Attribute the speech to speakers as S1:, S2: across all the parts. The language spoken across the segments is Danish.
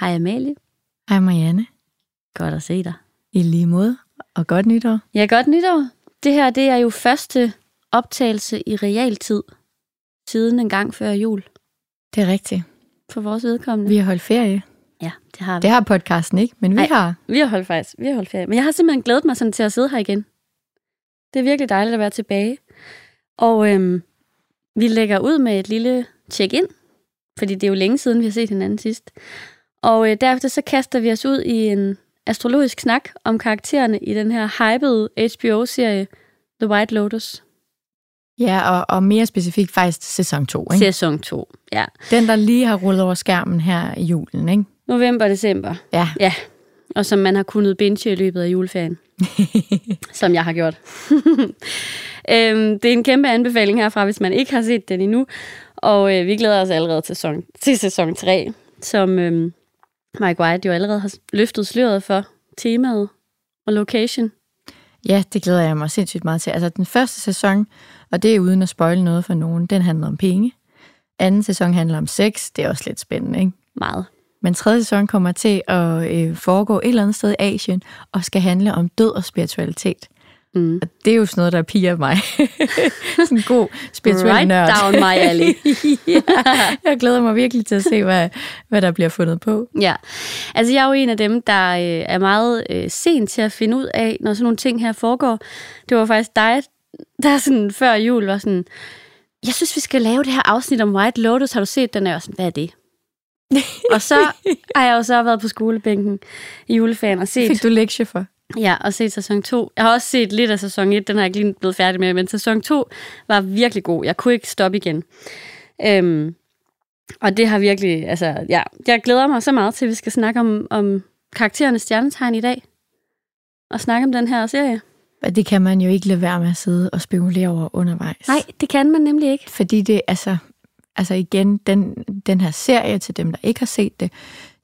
S1: Hej Amalie.
S2: Hej Marianne.
S1: Godt at se dig.
S2: I lige måde, og godt nytår.
S1: Ja, godt nytår. Det her det er jo første optagelse i realtid siden en gang før jul
S2: Det er rigtigt.
S1: for vores vedkommende.
S2: Vi har holdt ferie.
S1: Ja, det har vi.
S2: Det har podcasten ikke, men vi
S1: Ej.
S2: har.
S1: Vi har holdt faktisk, vi har holdt ferie. Men jeg har simpelthen glædet mig sådan til at sidde her igen. Det er virkelig dejligt at være tilbage. Og øhm, vi lægger ud med et lille check-in, fordi det er jo længe siden, vi har set hinanden sidst. Og øh, derefter så kaster vi os ud i en astrologisk snak om karaktererne i den her hypede HBO-serie The White Lotus,
S2: Ja, og, og mere specifikt faktisk sæson 2. Ikke?
S1: sæson 2. Ja.
S2: Den, der lige har rullet over skærmen her i julen. Ikke?
S1: November og december,
S2: Ja,
S1: og som man har kunnet binge i løbet af juleferien. som jeg har gjort. øhm, det er en kæmpe anbefaling herfra, hvis man ikke har set den endnu. Og øh, vi glæder os allerede til sæson, til sæson 3, som øhm, Mike White jo allerede har løftet sløret for temaet og location.
S2: ja, det glæder jeg mig sindssygt meget til. Altså den første sæson, og det er uden at spoile noget for nogen, den handler om penge. Anden sæson handler om sex, det er også lidt spændende, ikke?
S1: Meget.
S2: Men tredje sæson kommer til at øh, foregå et eller andet sted i Asien, og skal handle om død og spiritualitet.
S1: Mm.
S2: Og det er jo sådan noget, der piger mig. sådan en god spirituel
S1: Right
S2: nørd.
S1: down my alley.
S2: Jeg glæder mig virkelig til at se, hvad, hvad der bliver fundet på.
S1: Ja, altså jeg er jo en af dem, der øh, er meget øh, sent til at finde ud af, når sådan nogle ting her foregår. Det var faktisk dig, der sådan før jul var sådan, jeg synes, vi skal lave det her afsnit om White Lotus. Har du set den? Og jeg var sådan, hvad er det? og så har jeg jo så været på skolebænken i juleferien og set,
S2: Fik du lektie for?
S1: ja, og set sæson 2. Jeg har også set lidt af sæson 1, den har jeg ikke lige blevet færdig med, men sæson 2 var virkelig god. Jeg kunne ikke stoppe igen. Øhm, og det har virkelig, altså, ja, jeg glæder mig så meget til, at vi skal snakke om, om karakterernes stjernetegn i dag. Og snakke om den her serie.
S2: Og det kan man jo ikke lade være med at sidde og spekulere over undervejs.
S1: Nej, det kan man nemlig ikke.
S2: Fordi det, altså, altså igen, den, den her serie til dem, der ikke har set det,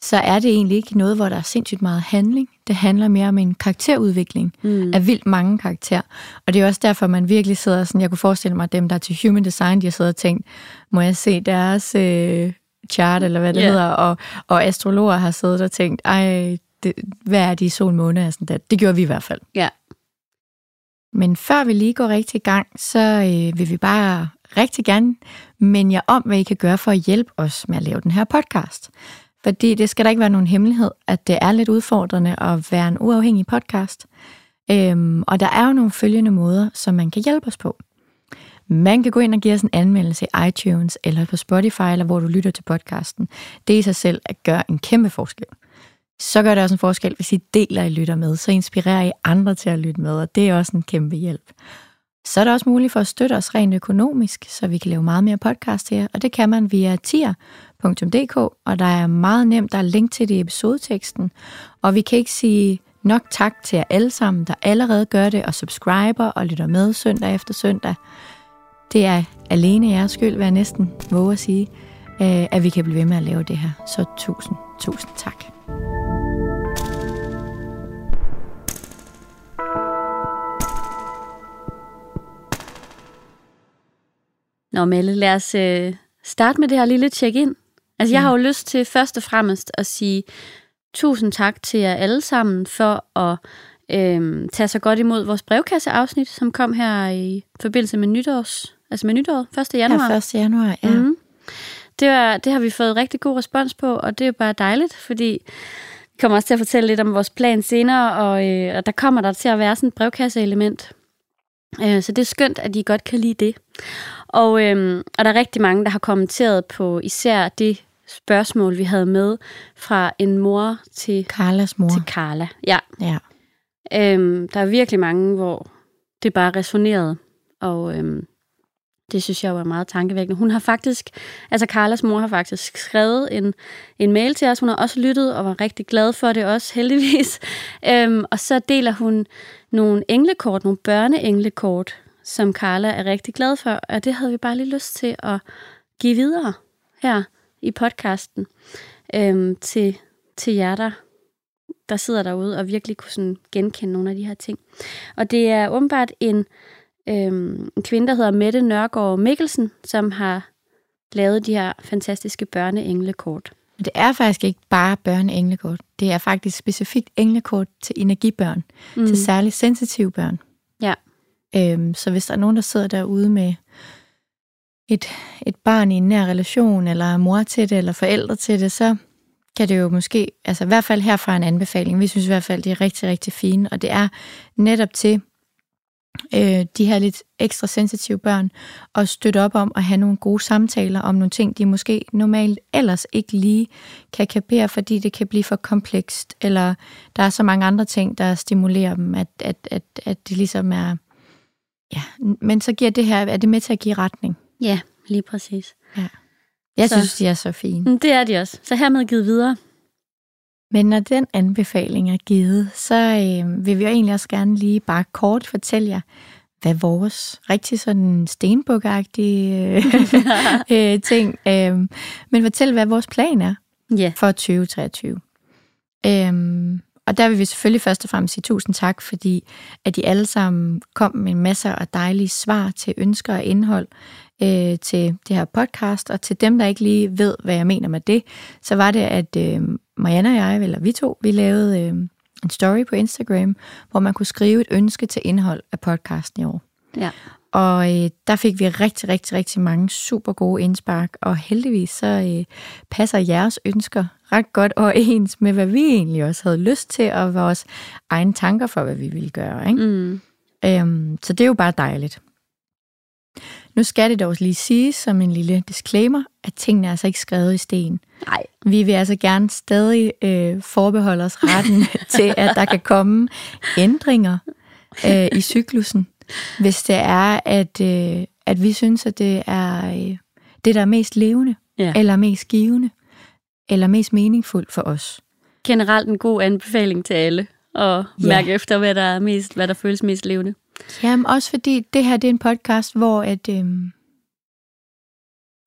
S2: så er det egentlig ikke noget, hvor der er sindssygt meget handling. Det handler mere om en karakterudvikling
S1: Mm.
S2: af vildt mange karakterer. Og det er også derfor, man virkelig sidder sådan, jeg kunne forestille mig, at dem, der er til Human Design, de har siddet og tænkt, må jeg se deres øh, chart, eller hvad det
S1: Ja.
S2: yeah. hedder, og, og astrologer har siddet og tænkt, ej, det, hvad er de sol, måne og sådan der. Det gjorde vi i hvert fald.
S1: Ja.
S2: Men før vi lige går rigtig i gang, så øh, vil vi bare rigtig gerne minde jer om, hvad I kan gøre for at hjælpe os med at lave den her podcast. Fordi det skal da ikke være nogen hemmelighed, at det er lidt udfordrende at være en uafhængig podcast. Øhm, og der er jo nogle følgende måder, som man kan hjælpe os på. Man kan gå ind og give os en anmeldelse i iTunes eller på Spotify, eller hvor du lytter til podcasten. Det i sig selv at gøre en kæmpe forskel så gør det også en forskel, hvis I deler, I lytter med. Så inspirerer I andre til at lytte med, og det er også en kæmpe hjælp. Så er det også muligt for at støtte os rent økonomisk, så vi kan lave meget mere podcast her, og det kan man via tier.dk, og der er meget nemt, der er link til det i episodeteksten, og vi kan ikke sige nok tak til jer alle sammen, der allerede gør det, og subscriber og lytter med søndag efter søndag. Det er alene jeres skyld, hvad jeg næsten våger at sige, øh, at vi kan blive ved med at lave det her. Så tusind, tusind tak.
S1: Nå, Melle, lad os øh, starte med det her lille check-in. Altså, jeg har jo lyst til først og fremmest at sige tusind tak til jer alle sammen for at øh, tage så godt imod vores brevkasseafsnit, som kom her i forbindelse med nytårs, altså med nytåret, 1. januar.
S2: Ja, 1. januar, ja. Mm.
S1: Mhm. Det, var, det har vi fået rigtig god respons på, og det er bare dejligt, fordi vi kommer også til at fortælle lidt om vores plan senere, og, øh, og der kommer der til at være sådan et brevkasseelement. Øh, så det er skønt, at I godt kan lide det. Og, øh, og der er rigtig mange, der har kommenteret på især det spørgsmål, vi havde med fra en mor til,
S2: Carlas mor.
S1: til Carla. Ja,
S2: Ja.
S1: Øhm, der er virkelig mange, hvor det bare resonerede. Og øhm, Det synes jeg var meget tankevækkende. Hun har faktisk, altså Carlas mor har faktisk skrevet en, en mail til os. Hun har også lyttet og var rigtig glad for det også, heldigvis. Øhm, og så deler hun nogle englekort, nogle børneenglekort, som Carla er rigtig glad for. Og det havde vi bare lige lyst til at give videre her i podcasten øhm, til, til jer, der, der sidder derude og virkelig kunne sådan genkende nogle af de her ting. Og det er åbenbart en øhm, en kvinde, der hedder Mette Nørgaard Mikkelsen, som har lavet de her fantastiske børneenglekort.
S2: Det er faktisk ikke bare børneenglekort. Det er faktisk specifikt englekort til energibørn, mm. til særligt sensitive børn.
S1: Ja.
S2: Øhm, så hvis der er nogen, der sidder derude med et, et barn i en nær relation, eller er mor til det, eller forældre til det, så kan det jo måske, altså i hvert fald herfra en anbefaling. Vi synes i hvert fald, de er rigtig, rigtig fine, og det er netop til øh, de her lidt ekstra sensitive børn og støtte op om at have nogle gode samtaler om nogle ting, de måske normalt ellers ikke lige kan kapere, fordi det kan blive for komplekst, eller der er så mange andre ting, der stimulerer dem, at, at, at, at det ligesom er... Ja, men så giver det her, er det med til at give retning?
S1: Ja, lige præcis.
S2: Ja. Jeg så. synes, de er så fine.
S1: Det er de også. Så hermed givet videre.
S2: Men når den anbefaling er givet, så øh, vil vi jo egentlig også gerne lige bare kort fortælle jer, hvad vores rigtig sådan stenbukagtige øh, ting, øh, men fortæl, hvad vores plan er
S1: yeah.
S2: for 2023. Øh, og der vil vi selvfølgelig først og fremmest sige tusind tak, fordi at I alle sammen kom med masser af dejlige svar til ønsker og indhold øh, til det her podcast. Og til dem, der ikke lige ved, hvad jeg mener med det, så var det, at øh, Marianne og jeg, eller vi to, vi lavede øh, en story på Instagram, hvor man kunne skrive et ønske til indhold af podcasten i år.
S1: Ja.
S2: Og øh, der fik vi rigtig, rigtig, rigtig mange super gode indspark, og heldigvis så øh, passer jeres ønsker ret godt overens med, hvad vi egentlig også havde lyst til, og vores egne tanker for, hvad vi ville gøre. Ikke?
S1: Mm.
S2: Øhm, så det er jo bare dejligt. Nu skal det dog lige siges som en lille disclaimer, at tingene er altså ikke skrevet i sten.
S1: Nej.
S2: Vi vil altså gerne stadig øh, forbeholde os retten til, at der kan komme ændringer øh, i cyklusen, hvis det er, at, øh, at vi synes, at det er øh, det, der er mest levende,
S1: Ja.
S2: eller mest givende, eller mest meningsfuldt for os.
S1: Generelt en god anbefaling til alle. Og
S2: Ja.
S1: mærke efter, hvad der, er mest, hvad der føles mest levende.
S2: Jamen også fordi det her det er en podcast, hvor at øhm,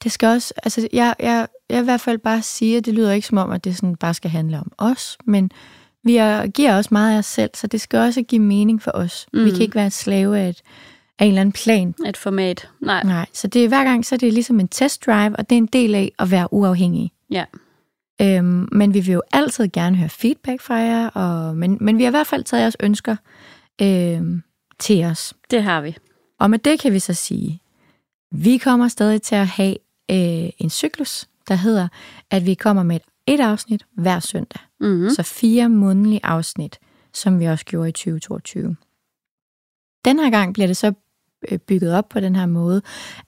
S2: det skal også, altså jeg, jeg, jeg i hvert fald bare sige, at det lyder ikke som om, at det sådan bare skal handle om os, men vi er, giver også meget af os selv, så det skal også give mening for os. Mm. Vi
S1: Mm.
S2: kan ikke være slave af, et, af en eller anden plan.
S1: Et format. Nej.
S2: Nej, så det er hver gang, så er det ligesom en test drive, og det er en del af at være uafhængig.
S1: Ja.
S2: Øhm, men vi vil jo altid gerne høre feedback fra jer, og, men, men vi har i hvert fald taget jeres ønsker øhm, til os.
S1: Det har vi.
S2: Og med det kan vi så sige, vi kommer stadig til at have øh, en cyklus, der hedder, at vi kommer med et, et afsnit hver søndag.
S1: Mm.
S2: Mm. Så fire månedlige afsnit, som vi også gjorde i 2022. Den her gang bliver det så øh, bygget op på den her måde,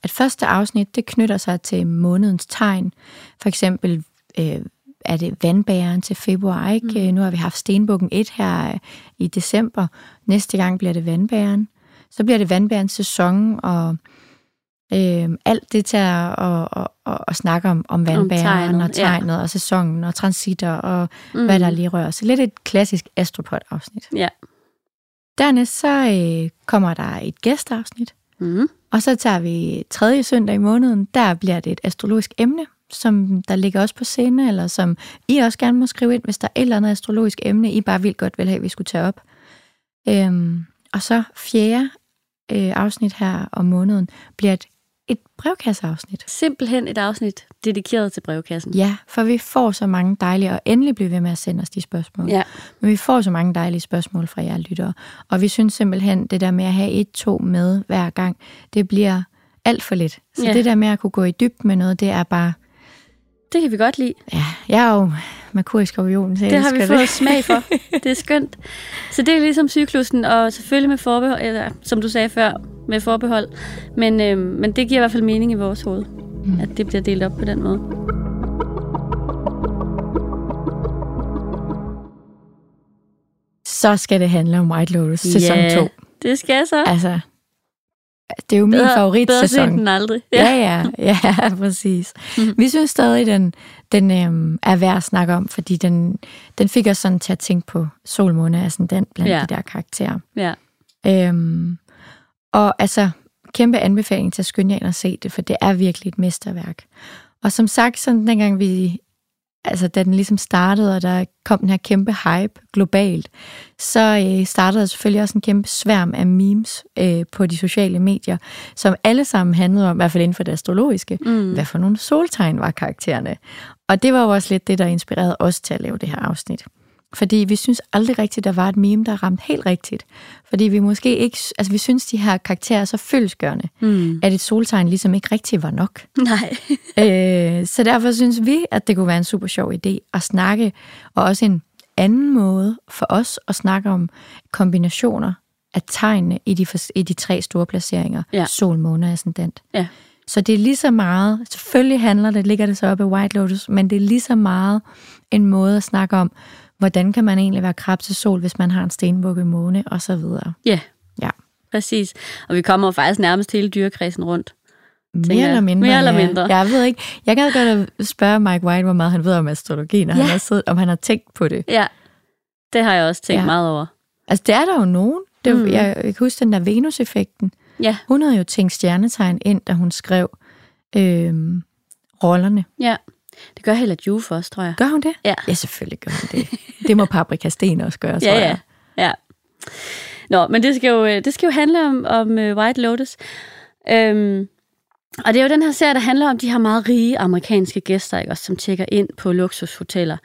S2: at første afsnit, det knytter sig til månedens tegn. For eksempel øh, er det vandbæren til februar, ikke? Mm. Nu har vi haft stenbukken 1 her øh, i december. Næste gang bliver det vandbæren. Så bliver det vandbærens sæson, og øh, alt det til at, at, at, at, at snakke om, om vandbæren
S1: tegnet,
S2: og
S1: ja.
S2: tegnet og sæsonen og transitter og mm. hvad der lige rører sig. Lidt et klassisk astropod-afsnit.
S1: Ja.
S2: Dernæst så øh, kommer der et gæstafsnit,
S1: Mm.
S2: og så tager vi tredje søndag i måneden, der bliver det et astrologisk emne, som der ligger også på scene, eller som I også gerne må skrive ind, hvis der er et eller andet astrologisk emne, I bare vildt godt vil have, at vi skulle tage op. Øhm, og så fjerde øh, afsnit her om måneden bliver et, et brevkasseafsnit.
S1: Simpelthen et afsnit dedikeret til brevkassen.
S2: Ja, for vi får så mange dejlige, og endelig bliver ved med at sende os de spørgsmål.
S1: Ja.
S2: Men vi får så mange dejlige spørgsmål fra jer lyttere, og vi synes simpelthen, det der med at have et, to med hver gang, det bliver alt for lidt. Så
S1: Ja.
S2: det der med at kunne gå i dybden med noget, det er bare,
S1: Det kan vi godt lide.
S2: ja, jeg er jo merkurisk skorpion, så jeg
S1: Det har vi
S2: elsker
S1: fået smag for. Det er skønt. Så det er ligesom cyklusen, og selvfølgelig med forbehold, eller, som du sagde før, med forbehold. Men, øh, men det giver i hvert fald mening i vores hoved, mm. at det bliver delt op på den måde.
S2: Så skal det handle om White Lotus sæson 2.
S1: Det skal jeg så.
S2: Altså, Det er jo min
S1: Bedre- Bedre
S2: favoritsæson.
S1: sent end aldrig.
S2: Ja, ja, ja, præcis.
S1: Mhm.
S2: Vi synes stadig, den, den øhm, er værd at snakke om, fordi den, den fik os sådan til at tænke på sol, måne og ascendant blandt
S1: Ja.
S2: de der karakterer.
S1: ja.
S2: Øhm, og altså, kæmpe anbefaling til at skynde jer ind og se det, for det er virkelig et mesterværk. Og som sagt, sådan dengang vi, altså da den ligesom startede, og der kom den her kæmpe hype globalt, så øh, startede der selvfølgelig også en kæmpe sværm af memes øh, på de sociale medier, som alle sammen handlede om, i hvert fald inden for det astrologiske, mm. hvad for nogle soltegn var karaktererne. Og det var jo også lidt det, der inspirerede os til at lave det her afsnit. Fordi vi synes aldrig rigtigt, der var et meme, der ramte helt rigtigt. Fordi vi måske ikke, altså vi synes, de her karakterer er så følelsgørende,
S1: Mm.
S2: at et soltegn ligesom ikke rigtigt var nok.
S1: Nej.
S2: Øh, så derfor synes vi, at det kunne være en super sjov idé at snakke, og også en anden måde for os at snakke om kombinationer af tegnene i de, fors- i de tre store placeringer,
S1: Ja.
S2: sol, måne og ascendant.
S1: Ja.
S2: Så det er lige så meget, selvfølgelig handler det, ligger det så op i White Lotus, men det er lige så meget en måde at snakke om, hvordan kan man egentlig være krab til sol, hvis man har en stenbuk i måne, og så videre.
S1: Ja,
S2: Ja,
S1: præcis. Og vi kommer jo faktisk nærmest hele dyrekredsen rundt.
S2: mere
S1: jeg.
S2: eller mindre.
S1: Mere eller
S2: ja.
S1: mindre.
S2: Jeg ved ikke, jeg gad godt at spørge Mike White, hvor meget han ved om astrologi, når ja.
S1: Ja.
S2: han har siddet, om han har tænkt på det.
S1: Ja, det har jeg også tænkt
S2: Ja.
S1: ja. meget over.
S2: Altså, det er der jo nogen. Det, mm.
S1: Mm.
S2: jeg, jeg kan huske den der Venus-effekten.
S1: Ja,
S2: Hun havde jo tænkt stjernetegn ind, da hun skrev øhm, rollerne.
S1: ja. Det gør heller Juve for os, tror jeg.
S2: Gør hun det?
S1: Ja.
S2: Ja, selvfølgelig gør hun det. Det må Paprika Sten også gøre, tror
S1: ja, ja.
S2: jeg.
S1: ja. Nå, men det skal jo, øh, det skal jo handle om, om øh, White Lotus. Øhm, og det er jo den her serie, der handler om de her meget rige amerikanske gæster, ikke? Også, som tjekker ind på luksushoteller.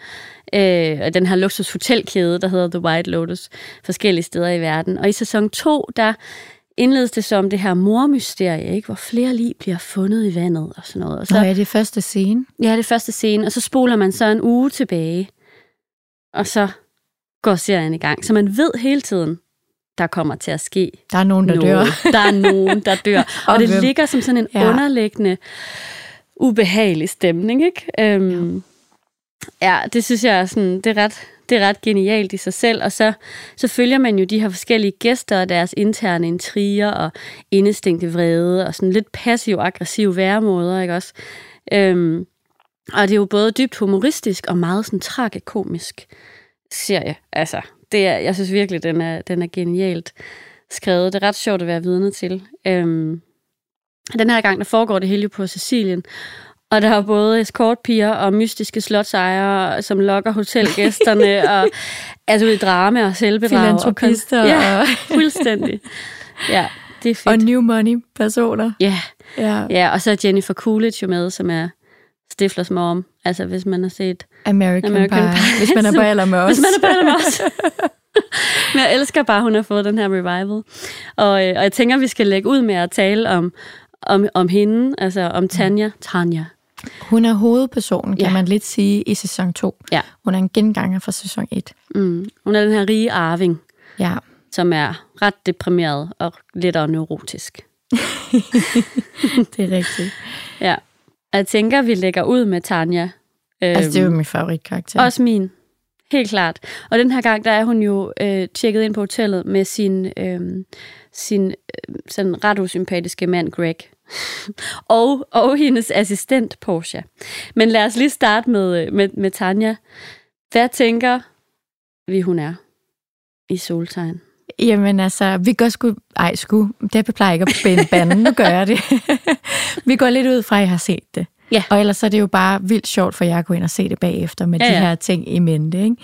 S1: Øh, og den her luksushotelkæde, der hedder The White Lotus, forskellige steder i verden. Og i sæson 2, der indledes det som det her mormysterie, ikke? hvor flere lige bliver fundet i vandet og sådan noget. Og så
S2: Nå ja, det er første scene.
S1: Ja, det er første scene, og så spoler man så en uge tilbage, og så går serien i gang. Så man ved hele tiden, der kommer til at ske
S2: Der er nogen, der
S1: noget.
S2: dør.
S1: Der er nogen, der dør. og,
S2: Og
S1: det
S2: hvem?
S1: ligger som sådan en
S2: Ja.
S1: ja. underliggende, ubehagelig stemning, ikke? Øhm, ja. ja, det synes jeg er, sådan, det er ret det er ret genialt i sig selv, og så, så følger man jo de her forskellige gæster og deres interne intriger og indestængte vrede og sådan lidt passiv-aggressiv væremåder, ikke også? Øhm, og det er jo både dybt humoristisk og meget sådan tragikomisk serie. Altså, det er, jeg synes virkelig, den er, den er genialt skrevet. Det er ret sjovt at være vidne til. Øhm, den her gang, der foregår det hele jo på Sicilien. Og der er både escortpiger og mystiske slotsejere, som lokker hotelgæsterne, og altså i drama og selvbedrag. og kon-
S2: Filantropister
S1: Ja,
S2: og-
S1: fuldstændig. Ja, det er fedt.
S2: Og new money-personer.
S1: Ja. Yeah.
S2: Ja.
S1: Ja, og så er Jennifer Coolidge jo med, som er Stiflers mom. Altså, hvis man har set...
S2: American,
S1: American
S2: Pie.
S1: Pie.
S2: Hvis man er på alder med os.
S1: Hvis man er på med os. Men jeg elsker bare, at hun har fået den her revival. Og, øh, og jeg tænker, vi skal lægge ud med at tale om, om, om hende, altså
S2: Mm.
S1: om Tanja. Tanja.
S2: Hun er hovedpersonen, kan ja.
S1: Ja.
S2: man lidt sige, i sæson 2.
S1: Ja.
S2: Hun er en genganger fra sæson 1.
S1: Mm. Hun er den her rige arving,
S2: Ja.
S1: som er ret deprimeret og lidt og neurotisk.
S2: Det er rigtigt.
S1: Ja. Og jeg tænker, vi lægger ud med Tanja.
S2: Altså, det er jo min favoritkarakter.
S1: Også min. Helt klart. Og den her gang, der er hun jo øh, tjekket ind på hotellet med sin, øh, sin øh, sådan ret usympatiske mand, Greg. og, og hendes assistent, Portia. Men lad os lige starte med, øh, med, med Tanja. Hvad tænker vi, hun er i soltegn?
S2: Jamen altså, vi går sgu... Ej, sgu. Det plejer jeg ikke at binde banden. Nu gør jeg det. vi går lidt ud fra, at I har set det.
S1: Ja.
S2: Og ellers så er det jo bare vildt sjovt for jer at gå ind og se det bagefter med ja,
S1: Ja,
S2: de
S1: ja.
S2: her ting i mente. Ikke?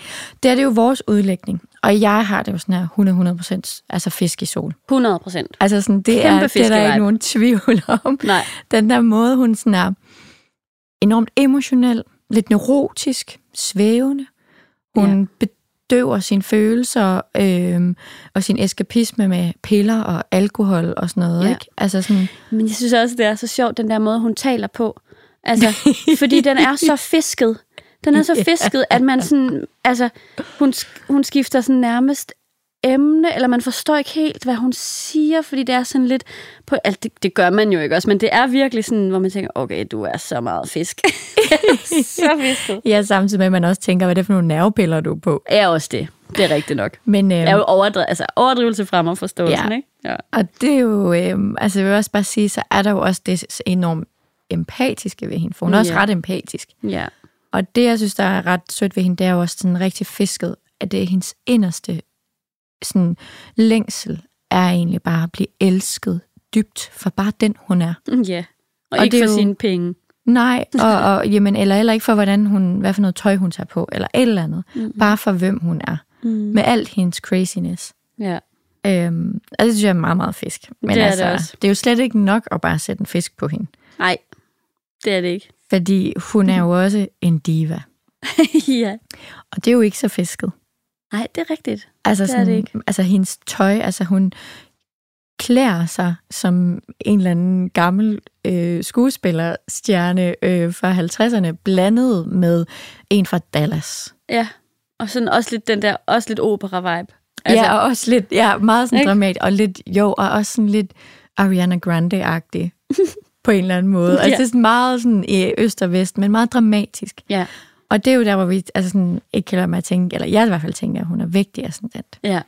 S2: Det er det jo vores udlægning. Og jeg har det jo sådan her 100% altså fisk i sol.
S1: 100 procent.
S2: Altså sådan, det
S1: Kæmpe
S2: er, det er der
S1: fiskevibe.
S2: ikke nogen tvivl om.
S1: Nej.
S2: Den der måde, hun sådan er enormt emotionel, lidt neurotisk, svævende. Hun ja. bedøver sine følelser øh, og sin eskapisme med piller og alkohol og sådan noget. Ja.
S1: Ja.
S2: Ikke? Altså sådan,
S1: Men jeg synes også, det er så sjovt, den der måde, hun taler på. Altså, fordi den er så fisket. Den er så fisket, at man sådan... Altså, hun, sk- hun skifter sådan nærmest emne, eller man forstår ikke helt, hvad hun siger, fordi det er sådan lidt... På, altså, det, det gør man jo ikke også, men det er virkelig sådan, hvor man tænker, okay, du er så meget fisk. så fisket.
S2: ja, samtidig med, at man også tænker, hvad er det for nogle nervepiller, du er på?
S1: Er også det. Det er rigtigt nok.
S2: Men,
S1: Det
S2: øh,
S1: er jo overdri- altså, overdrivelse frem og forståelsen,
S2: Ja.
S1: ikke? Ja.
S2: Og det er jo, øh, altså jeg vil også bare sige, så er der jo også det enormt empatiske ved hende, for hun er også
S1: Ja.
S2: ret empatisk.
S1: ja.
S2: Og det, jeg synes, der er ret sødt ved hende, det er jo også sådan rigtig fisket, at det er hendes inderste sådan, længsel, er egentlig bare at blive elsket dybt for bare den, hun er.
S1: Ja. Og,
S2: Og
S1: og ikke
S2: det er
S1: for
S2: jo-
S1: sine penge.
S2: Nej, og, og jamen, eller heller ikke for, hvordan hun, hvad for noget tøj hun tager på, eller et eller andet.
S1: Mm.
S2: Bare for, hvem hun er.
S1: Mm.
S2: Med alt hendes craziness.
S1: Ja.
S2: Øhm, altså, det synes jeg er meget, meget fisk. Men
S1: Det er det
S2: altså,
S1: også.
S2: det er jo slet ikke nok at bare sætte en fisk på hende.
S1: Nej, det er det ikke.
S2: Fordi hun er jo også en diva.
S1: ja.
S2: Og det er jo ikke så fisket.
S1: Nej, det er rigtigt.
S2: Altså,
S1: Det er det
S2: sådan,
S1: ikke.
S2: altså hendes tøj, altså hun klæder sig som en eller anden gammel øh, skuespillerstjerne øh, fra 50'erne, blandet med en fra Dallas.
S1: Ja. Og sådan også lidt den der, også lidt opera-vibe.
S2: Altså, ja, og også lidt, ja, meget sådan
S1: Ikke?
S2: dramat, og lidt, jo, og også sådan lidt Ariana Grande-agtig på en eller anden måde. Altså,
S1: Ja.
S2: det er sådan meget sådan i øst og vest, men meget dramatisk.
S1: ja.
S2: Og det er jo der, hvor vi altså sådan, ikke kan lade mig at tænke, eller jeg i hvert fald tænker, at hun er vigtig af sådan den.
S1: Ja.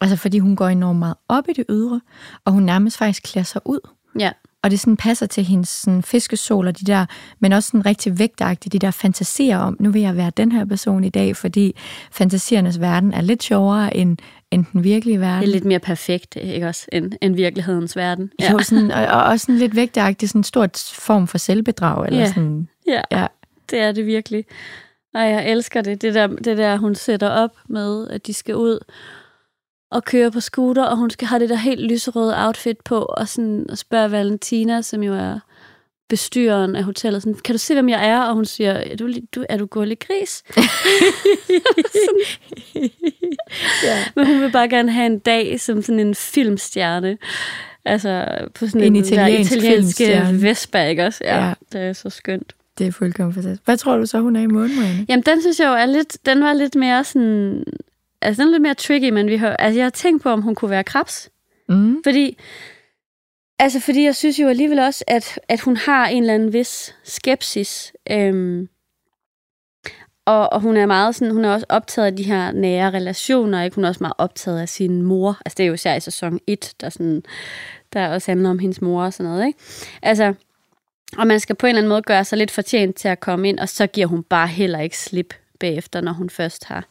S2: Altså fordi hun går enormt meget op i det ydre, og hun nærmest faktisk klæder sig ud.
S1: Ja.
S2: Og det sådan passer til hendes sådan fiskesol og de der, men også sådan rigtig vægtagtige, de der fantasier om, nu vil jeg være den her person i dag, fordi fantasiernes verden er lidt sjovere end, end den virkelige verden.
S1: Det er lidt mere perfekt, ikke også, end, end virkelighedens verden. Ja.
S2: ja. jo, sådan, og, og også sådan lidt vægtagtig, sådan en stor form for selvbedrag. Eller
S1: Ja.
S2: sådan,
S1: ja.
S2: ja.
S1: Det er det virkelig. Og jeg elsker det. Det der, det der, hun sætter op med, at de skal ud og køre på scooter, og hun skal have det der helt lyserøde outfit på, og, sådan, og spørger Valentina, som jo er bestyreren af hotellet, sådan, kan du se, hvem jeg er? Og hun siger, er du, li- du, er du gullig gris? Sådan. Men hun vil bare gerne have en dag som sådan en filmstjerne. Altså på sådan en,
S2: En
S1: en italiensk
S2: italiensk
S1: der italienske
S2: filmstjerne.
S1: Vespa, ikke også? Ja,
S2: Ja.
S1: ja, det er så skønt.
S2: Det er fuldkommen fantastisk. Hvad tror du så, hun er i måneden? Marianne?
S1: Jamen, den synes jeg jo er lidt, den var lidt mere sådan, altså den er lidt mere tricky, men vi har, altså jeg har tænkt på, om hun kunne være krebs,
S2: Mm.
S1: fordi, altså fordi jeg synes jo alligevel også, at, at hun har en eller anden vis skepsis, øhm, og, og hun er meget sådan, hun er også optaget af de her nære relationer, ikke? Hun er også meget optaget af sin mor. Altså det er jo især i sæson 1, der, sådan, der også handler om hendes mor og sådan noget, ikke? Altså, og man skal på en eller anden måde gøre sig lidt fortjent til at komme ind, og så giver hun bare heller ikke slip bagefter, når hun først har,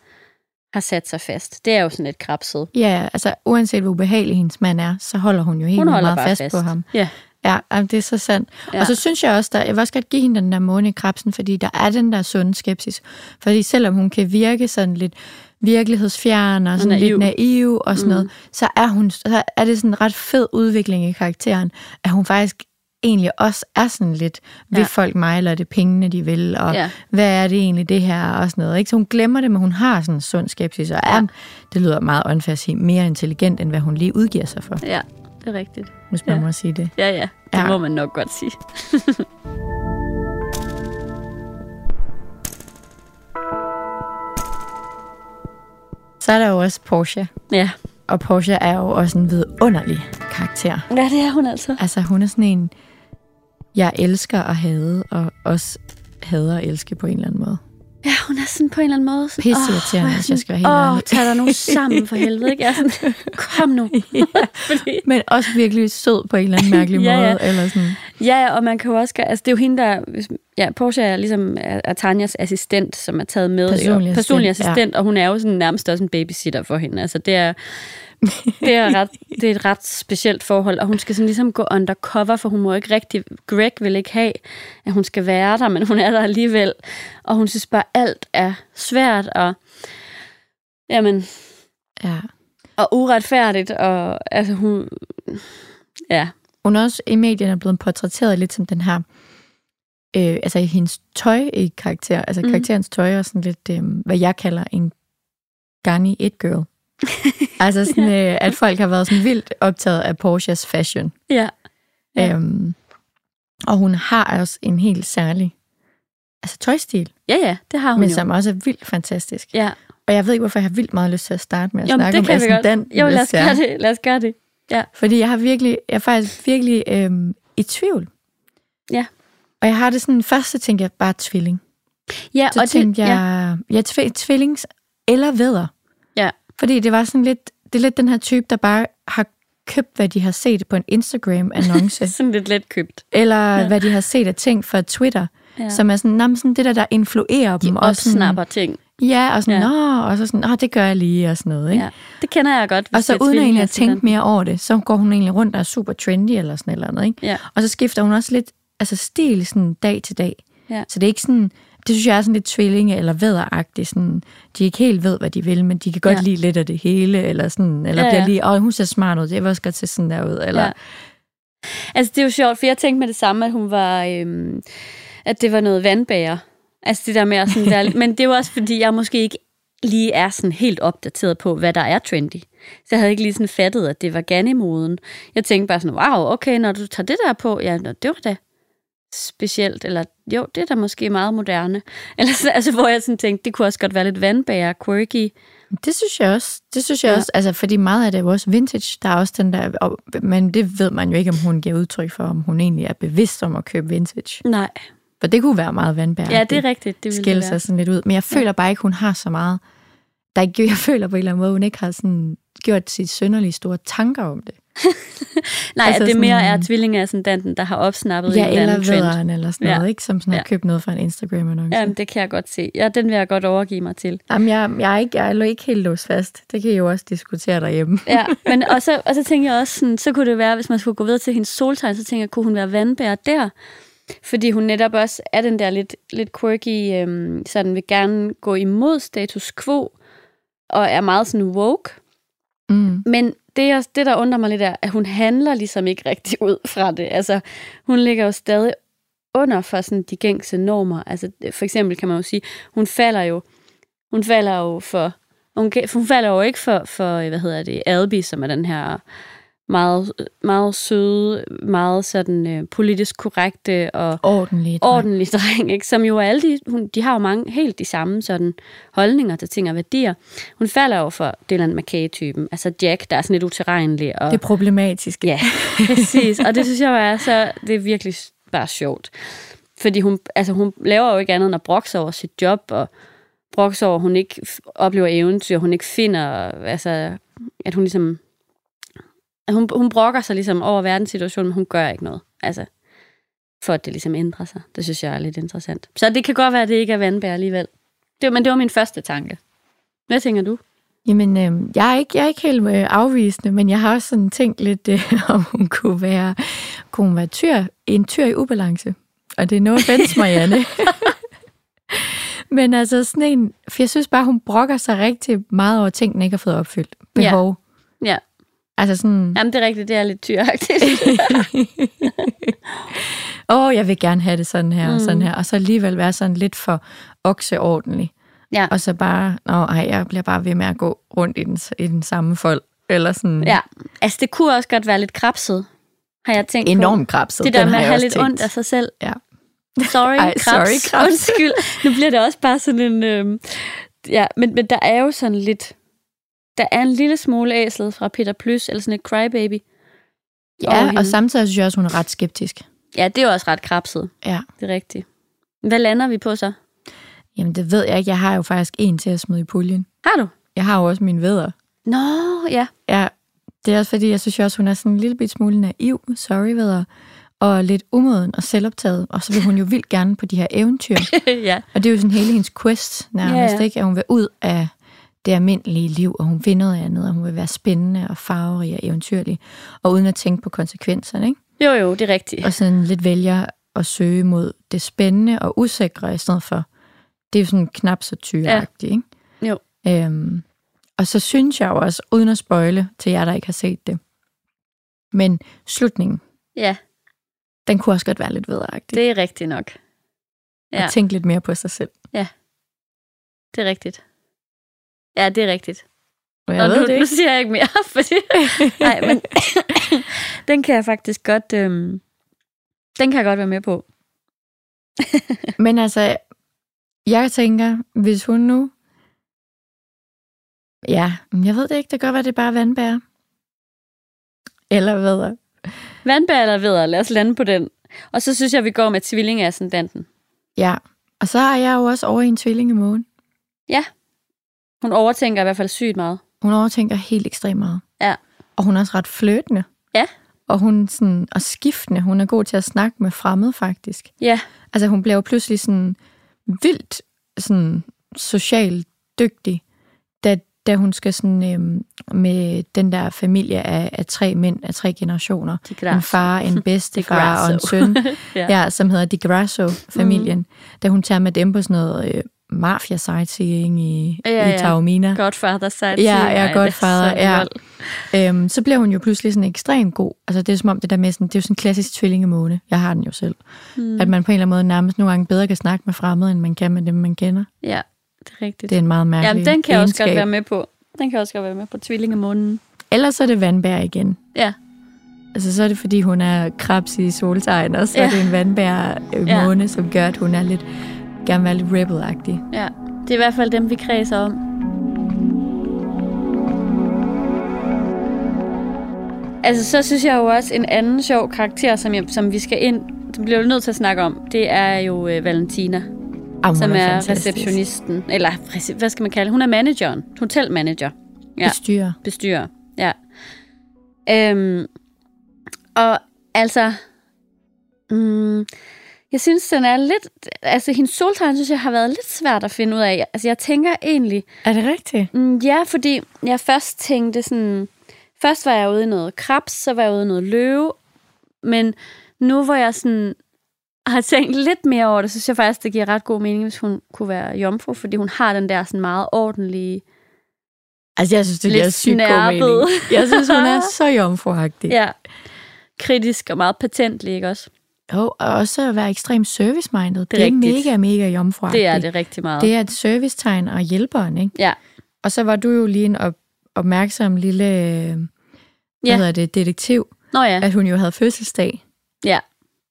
S1: har sat sig fast. Det er jo sådan lidt krabset.
S2: Ja, altså uanset hvor ubehagelig hendes mand er, så holder hun jo helt
S1: Hun
S2: vildt
S1: holder
S2: meget
S1: bare
S2: fast,
S1: fast,
S2: fast på ham.
S1: Ja.
S2: Ja, jamen, det er så sandt. Ja.
S1: Ja.
S2: Og så synes jeg også, der, jeg vil også godt give hende den der måne i krabsen, fordi der er den der sunde skepsis. Fordi selvom hun kan virke sådan lidt virkelighedsfjern og sådan naiv.
S1: naiv.
S2: lidt naiv og sådan mm. noget, så er, hun, så er det sådan en ret fed udvikling i karakteren, at hun faktisk egentlig også er sådan lidt, vil
S1: Ja.
S2: folk mig, eller er det pengene, de vil, og ja.
S1: Ja.
S2: hvad er det egentlig det her, og sådan noget. Ikke? Så hun glemmer det, men hun har sådan en sund skepsis, og er, ja. det lyder meget åndfærdigt at sige, mere intelligent, end hvad hun lige udgiver sig for,
S1: Ja, det er rigtigt.
S2: hvis man ja.
S1: Ja.
S2: må sige det.
S1: Ja, ja. Det
S2: Ja.
S1: ja. må man nok godt sige.
S2: Så er der jo også Porsche.
S1: Ja.
S2: Og Porsche er jo også en vidunderlig karakter.
S1: Ja, det er hun altså.
S2: Altså, hun er sådan en, jeg elsker at hade, og også hader at elske på en eller anden måde.
S1: Ja, hun er sådan på en eller anden måde. sådan, åh,
S2: Pisseirriterende,
S1: hvor er
S2: hvis jeg skal være helt
S1: sådan, Åh,
S2: ærlig.
S1: tag dig nu sammen for helvede, ikke? Jeg er sådan, kom nu. Fordi,
S2: Men også virkelig sød på en eller anden mærkelig
S1: Ja, ja.
S2: måde. Eller sådan.
S1: ja, ja, og man kan jo også gøre, altså det er jo hende, der, hvis- ja, Porsche er ligesom er, er Tanjas assistent, som er taget med. ikke?
S2: Personlig assistent,
S1: personlig
S2: ja.
S1: assistent og hun er jo sådan nærmest også en babysitter for hende. Altså det er, det er, ret, det er et ret specielt forhold, og hun skal sådan ligesom gå undercover, for hun må ikke rigtig, Greg vil ikke have, at hun skal være der, men hun er der alligevel, og hun synes bare, alt er svært, og jamen,
S2: Ja.
S1: og uretfærdigt, og altså hun... Ja,
S2: Hun er også i medierne blevet portrætteret lidt som den her, øh, altså i hendes tøj i karakter, altså mm.
S1: Mhm.
S2: karakterens tøj er sådan lidt, øh, hvad jeg kalder en Garni It Girl. altså sådan, øh, at folk har været sådan vildt optaget af Porsches fashion.
S1: ja, Ja.
S2: Ja. Øhm, og hun har også en helt særlig altså tøjstil,
S1: ja, ja det har hun
S2: men
S1: jo.
S2: som også er vildt fantastisk.
S1: Ja,
S2: Og jeg ved ikke, hvorfor jeg har vildt meget lyst til at starte med at
S1: jo,
S2: snakke
S1: det
S2: om
S1: kan vi godt.
S2: ascendant.
S1: Jo, lad os
S2: hvis jeg-
S1: gøre det, lad os gøre det.
S2: Fordi jeg har virkelig, jeg er faktisk virkelig øhm, i tvivl.
S1: Ja.
S2: Og jeg har det sådan, først så tænkte jeg bare tvilling.
S1: Ja,
S2: Så og
S1: og det,
S2: tænkte det, jeg, ja, ja tv- tvillings eller vædder.
S1: Ja.
S2: Fordi det var sådan lidt, det er lidt den her type, der bare har købt, hvad de har set på en Instagram-annonce,
S1: Sådan lidt let købt.
S2: eller ja. hvad de har set af ting fra Twitter, ja. som er sådan, "Nå, men sådan det der, der influerer
S1: De
S2: dem. og sådan-
S1: opsnapper ting.
S2: Ja, og sådan,
S1: Ja.
S2: ja. nå, og så sådan, åh, det gør jeg lige, og sådan noget, ikke?
S1: Ja. Det kender jeg godt. hvis
S2: Og så
S1: det er
S2: uden egentlig
S1: tvillinger,
S2: at
S1: sådan.
S2: tænke mere over det, så går hun egentlig rundt og er super trendy eller sådan et eller andet, ikke?
S1: Ja.
S2: Og så skifter hun også lidt altså stil sådan dag til dag.
S1: Ja.
S2: Så det er ikke sådan, det synes jeg er sådan lidt tvillinge eller vædderagtigt, sådan, de ikke helt ved, hvad de vil, men de kan godt
S1: Ja.
S2: ja. lide lidt af det hele, eller sådan, eller
S1: Ja,
S2: ja,
S1: ja.
S2: ja. bliver lige, åh, hun ser smart ud, det vil også godt se sådan der ud, eller,
S1: Ja.
S2: ja.
S1: Altså, det er jo sjovt, for jeg tænkte med det samme, at hun var... Øhm, at det var noget vandbærer. Altså, det der med at sådan der... Men det er jo også, fordi jeg måske ikke lige er sådan helt opdateret på, hvad der er trendy. Så jeg havde ikke lige sådan fattet, at det var Ganni-moden. Jeg tænkte bare sådan, wow, okay, når du tager det der på, ja, nå, det var da specielt, eller jo, det er da måske meget moderne. Eller, så- altså, hvor jeg sådan tænkte, det kunne også godt være lidt vandbærer, quirky.
S2: Det synes jeg også. Det synes jeg
S1: Ja.
S2: ja. også, altså, fordi meget af det er jo også vintage. Der er også den der, og, men det ved man jo ikke, om hun giver udtryk for, om hun egentlig er bevidst om at købe vintage.
S1: Nej,
S2: For det kunne være meget vandbærende.
S1: ja, det er rigtigt. Det ville
S2: skille
S1: det være.
S2: sig sådan lidt ud. Men jeg føler bare ikke, hun har så meget. Der er ikke, jeg føler på en eller anden måde, hun ikke har sådan gjort sit synderlige store tanker om det.
S1: Nej, altså,
S2: Altså
S1: det
S2: sådan-
S1: mere er tvillingeascendanten, der har opsnappet
S2: Ja,
S1: en eller
S2: eller
S1: anden trend.
S2: vederen eller sådan noget,
S1: Ja.
S2: ja. ikke? Som sådan har
S1: Ja.
S2: købt noget fra en instagram annonce
S1: Jamen, det kan jeg godt se. Ja, den vil jeg godt overgive mig til.
S2: Jamen, jeg, jeg, er ikke, jeg lå ikke helt låst fast. Det kan I jo også diskutere derhjemme.
S1: Ja, men og så, og så tænker jeg også, sådan, så kunne det være, hvis man skulle gå videre til hendes soltegn, så tænker jeg, kunne hun være vandbærer der? Fordi hun netop også er den der lidt, lidt quirky, øhm, sådan vil gerne gå imod status quo, og er meget sådan woke.
S2: Mm.
S1: Men det, jeg, det, der undrer mig lidt, er, at hun handler ligesom ikke rigtig ud fra det. Altså, hun ligger jo stadig under for sådan de gængse normer. Altså, for eksempel kan man jo sige, hun falder jo, hun falder jo for, hun, ga- hun falder jo ikke for, for øh, hvad hedder det, Albi, som er den her meget, meget søde, meget sådan øh, politisk korrekte og
S2: Ordentligt.
S1: ordentlig dreng, ikke? som jo er alle de, hun, de har jo mange helt de samme sådan holdninger til ting og værdier. Hun falder jo for Dylan McKay-typen, altså Jack, der er sådan lidt utilregnelig. Og,
S2: Det problematiske.
S1: ja, præcis, og det synes jeg jo er så, det er virkelig bare sjovt. Fordi hun, altså, hun laver jo ikke andet end at brokke sig over sit job, og brokke sig over, at hun ikke f- oplever eventyr, hun ikke finder, altså, at hun ligesom, at hun, hun brokker sig ligesom over verdenssituationen, men hun gør ikke noget. Altså, for at det ligesom ændrer sig. Det synes jeg er lidt interessant. Så det kan godt være, at det ikke er vandbær alligevel. Det, men det var min første tanke. Hvad tænker du?
S2: Jamen, øh, jeg, er ikke, jeg er ikke helt øh, afvisende, men jeg har også sådan tænkt lidt, øh, om hun kunne være, kunne hun være tyr, en tyr i ubalance. Og det er no offense, Marianne. men altså sådan en, for jeg synes bare, hun brokker sig rigtig meget over ting, den ikke har fået opfyldt.
S1: Ja.
S2: Behov.
S1: Ja,
S2: Altså sådan,
S1: Jamen, det er rigtigt, det er lidt tyragtigt.
S2: åh, oh, jeg vil gerne have det sådan her mm. og sådan her, og så alligevel være sådan lidt for okseordentlig.
S1: ja.
S2: Og så bare, nå ej, jeg bliver bare ved med at gå rundt i den, i den samme fold. Eller sådan
S1: ja, altså det kunne også godt være lidt krabset, har jeg tænkt på.
S2: enormt krabset.
S1: Det der
S2: Den
S1: med
S2: har
S1: at
S2: jeg
S1: have
S2: også
S1: lidt
S2: tænkt.
S1: ondt af sig selv.
S2: Ja.
S1: Sorry,
S2: Ej,
S1: Ej, krabs.
S2: sorry,
S1: krabs.
S2: krebs.
S1: Undskyld. Nu bliver det også bare sådan en... Øh... Ja, men, men der er jo sådan lidt... Der er en lille smule æslet fra Peter Plys, eller sådan et crybaby. over
S2: Ja,
S1: hende.
S2: og samtidig synes jeg også, hun er ret skeptisk.
S1: Ja, det er jo også ret krabset.
S2: Ja.
S1: Det er rigtigt. Hvad lander vi på så?
S2: Jamen, det ved jeg ikke. Jeg har jo faktisk en til at smide i puljen.
S1: Har du?
S2: Jeg har jo også min vædder.
S1: Nå, ja.
S2: Ja, det er også fordi, jeg synes jo også, hun er sådan en lille bit smule naiv, sorry vædder, og lidt umoden og selvoptaget. Og så vil hun jo vildt gerne på de her eventyr.
S1: ja.
S2: Og det er jo sådan hele hendes quest nærmest,
S1: Ja, ja.
S2: ikke? At hun vil ud af det almindelige liv, og hun vil noget andet, og hun vil være spændende og farverig og eventyrlig, og uden at tænke på konsekvenserne, ikke?
S1: Jo, jo, det er rigtigt.
S2: og sådan lidt vælger at søge mod det spændende og usikre i stedet for. Det er jo sådan knap så tyreagtigt, ja.
S1: Jo.
S2: ikke? Øhm, og så synes jeg jo også, uden at spøjle til jer, der ikke har set det, men slutningen,
S1: Ja,
S2: den kunne også godt være lidt vedagtig.
S1: det er rigtigt nok. ja.
S2: Og tænke lidt mere på sig selv.
S1: Det er rigtigt. Ja, det er rigtigt.
S2: Og
S1: Og nu, nu siger jeg ikke mere, fordi... Nej, men den kan jeg faktisk godt... Øhm, den kan jeg godt være med på.
S2: Men altså, jeg tænker, hvis hun nu... Ja, men jeg ved det ikke. Det kan godt være, det er bare vandbær. Eller hvad?
S1: Vandbær eller veder, lad os lande på den. Og så synes jeg, vi går med tvillingeascendanten.
S2: Ja. Og så er jeg jo også over i en tvillingemåne.
S1: Hun overtænker i hvert fald sygt meget.
S2: Hun overtænker helt ekstremt meget.
S1: Ja.
S2: Og hun er også ret fløtende.
S1: Ja.
S2: Og hun sådan, og skiftende. Hun er god til at snakke med fremmede, faktisk.
S1: Ja.
S2: Altså, hun bliver jo pludselig sådan vildt sådan socialt dygtig, da, da hun skal sådan øhm, med den der familie af, af tre mænd, af tre generationer.
S1: De
S2: En
S1: græs.
S2: far, en bedstefar og en
S1: Grasso.
S2: søn,
S1: Ja.
S2: ja. Ja, som hedder Di Grasso-familien. Mm. Da hun tager med dem på sådan noget øh, mafia-sightseeing i,
S1: Ja,
S2: ja,
S1: ja.
S2: ja. i Taormina.
S1: Godfather side.
S2: Ja, ja, Godfather, ja. Øhm, så bliver hun jo pludselig sådan ekstremt god. Altså det er som om det der med sådan, det er jo sådan en klassisk tvillingemåne. Jeg har den jo selv.
S1: Hmm.
S2: Mm. At man på en eller anden måde nærmest nogle gange bedre kan snakke med fremmede, end man kan med dem, man kender.
S1: Ja, det er rigtigt.
S2: Det er en meget mærkelig
S1: Jamen, den kan jeg også
S2: egenskab.
S1: godt være med på. Den kan jeg også godt være med på. Tvillingemånen.
S2: Ellers er det vandbær igen.
S1: Ja,
S2: Altså så er det fordi, hun er krebs i soltegn, og så
S1: Ja.
S2: er det en vandbær øh,
S1: Ja.
S2: måne, som gør, at hun er lidt, gerne vil være lidt rebel-agtig.
S1: ja. Det er i hvert fald dem, vi kredser om. Altså, så synes jeg jo også, en anden sjov karakter, som, jeg, som vi skal ind, som bliver vi nødt til at snakke om, det er jo øh, Valentina,
S2: Ah, hun
S1: som er, er
S2: fantastisk.
S1: receptionisten. Eller, rece- hvad skal man kalde det? Hun er manageren. Hotelmanager. Ja.
S2: Bestyrer.
S1: bestyrer. Ja. Øhm, og altså, mm, jeg synes, den er lidt, altså hendes soltegn, synes jeg, har været lidt svært at finde ud af. Altså, jeg tænker egentlig,
S2: Er det rigtigt?
S1: mm, ja, fordi jeg først tænkte sådan, først var jeg ude i noget krebs, så var jeg ude i noget løve, men nu hvor jeg sådan har tænkt lidt mere over det, så synes jeg faktisk, det giver ret god mening, hvis hun kunne være jomfru, fordi hun har den der sådan meget ordentlige...
S2: Altså, jeg synes, det
S1: Lidt
S2: bliver sygt god
S1: snærpet.
S2: mening. Jeg synes, hun er så jomfruagtig.
S1: Ja, kritisk og meget patentlig, ikke også?
S2: Jo, og også at være ekstremt service-minded. Det er,
S1: rigtigt.
S2: mega, mega jomfruagtigt.
S1: Det er det rigtig meget.
S2: Det er et servicetegn og hjælperen, ikke?
S1: Ja.
S2: Og så var du jo lige en op- opmærksom lille øh, hvad
S1: Ja.
S2: hedder det, detektiv,
S1: Nå ja,
S2: at hun jo havde fødselsdag.
S1: ja.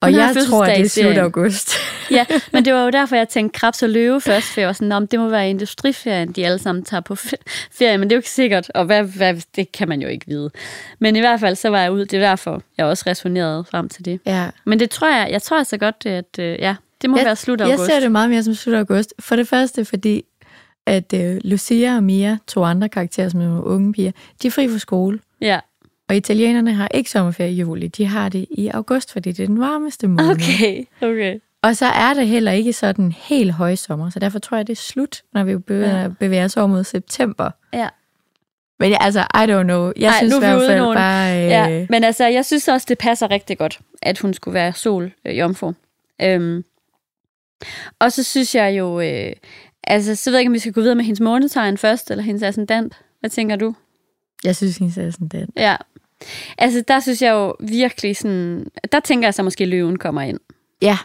S2: Og
S1: Hun har
S2: jeg tror,
S1: fødselsdag
S2: det
S1: i
S2: er 7.
S1: serien.
S2: august.
S1: ja. Men det var jo derfor, jeg tænkte krebs og løve først, for jeg var sådan, "Nå, men det må være industriferien, de alle sammen tager på fe- ferie, men det er jo ikke sikkert, og hvad, hvad, det kan man jo ikke vide. Men i hvert fald, så var jeg ud, det er derfor, jeg også resonerede frem til det.
S2: ja.
S1: Men det tror jeg, jeg tror altså godt, at øh, ja, det må
S2: Jeg-
S1: være slut af
S2: Jeg
S1: august.
S2: ser det meget mere som slut august. For det første, fordi at øh, Lucia og Mia, to andre karakterer, som er nogle unge piger, de er fri fra skole.
S1: Ja.
S2: Og italienerne har ikke sommerferie i juli. De har det i august, fordi det er den varmeste måned.
S1: Okay, okay.
S2: Og så er det heller ikke sådan helt højsommer, så derfor tror jeg, det er slut, når vi bevæger,
S1: Ja.
S2: ja. bevæger os over mod september.
S1: Ja.
S2: Men jeg, altså, I don't know.
S1: Ej,
S2: Jeg Ej, synes
S1: nu
S2: i
S1: er vi ude
S2: hvert
S1: i
S2: fald
S1: nogle-
S2: bare... Øh,
S1: Ja, men altså, jeg synes også, det passer rigtig godt, at hun skulle være sol øh, jomfru. Øhm. Og så synes jeg jo, øh, altså, så ved jeg ikke, om vi skal gå videre med hendes månetegn først, eller hendes ascendant. Hvad tænker du?
S2: Jeg synes, hendes er sådan den.
S1: Ja. Altså, der synes jeg jo virkelig sådan, der tænker jeg så måske, at løven kommer ind.
S2: Ja,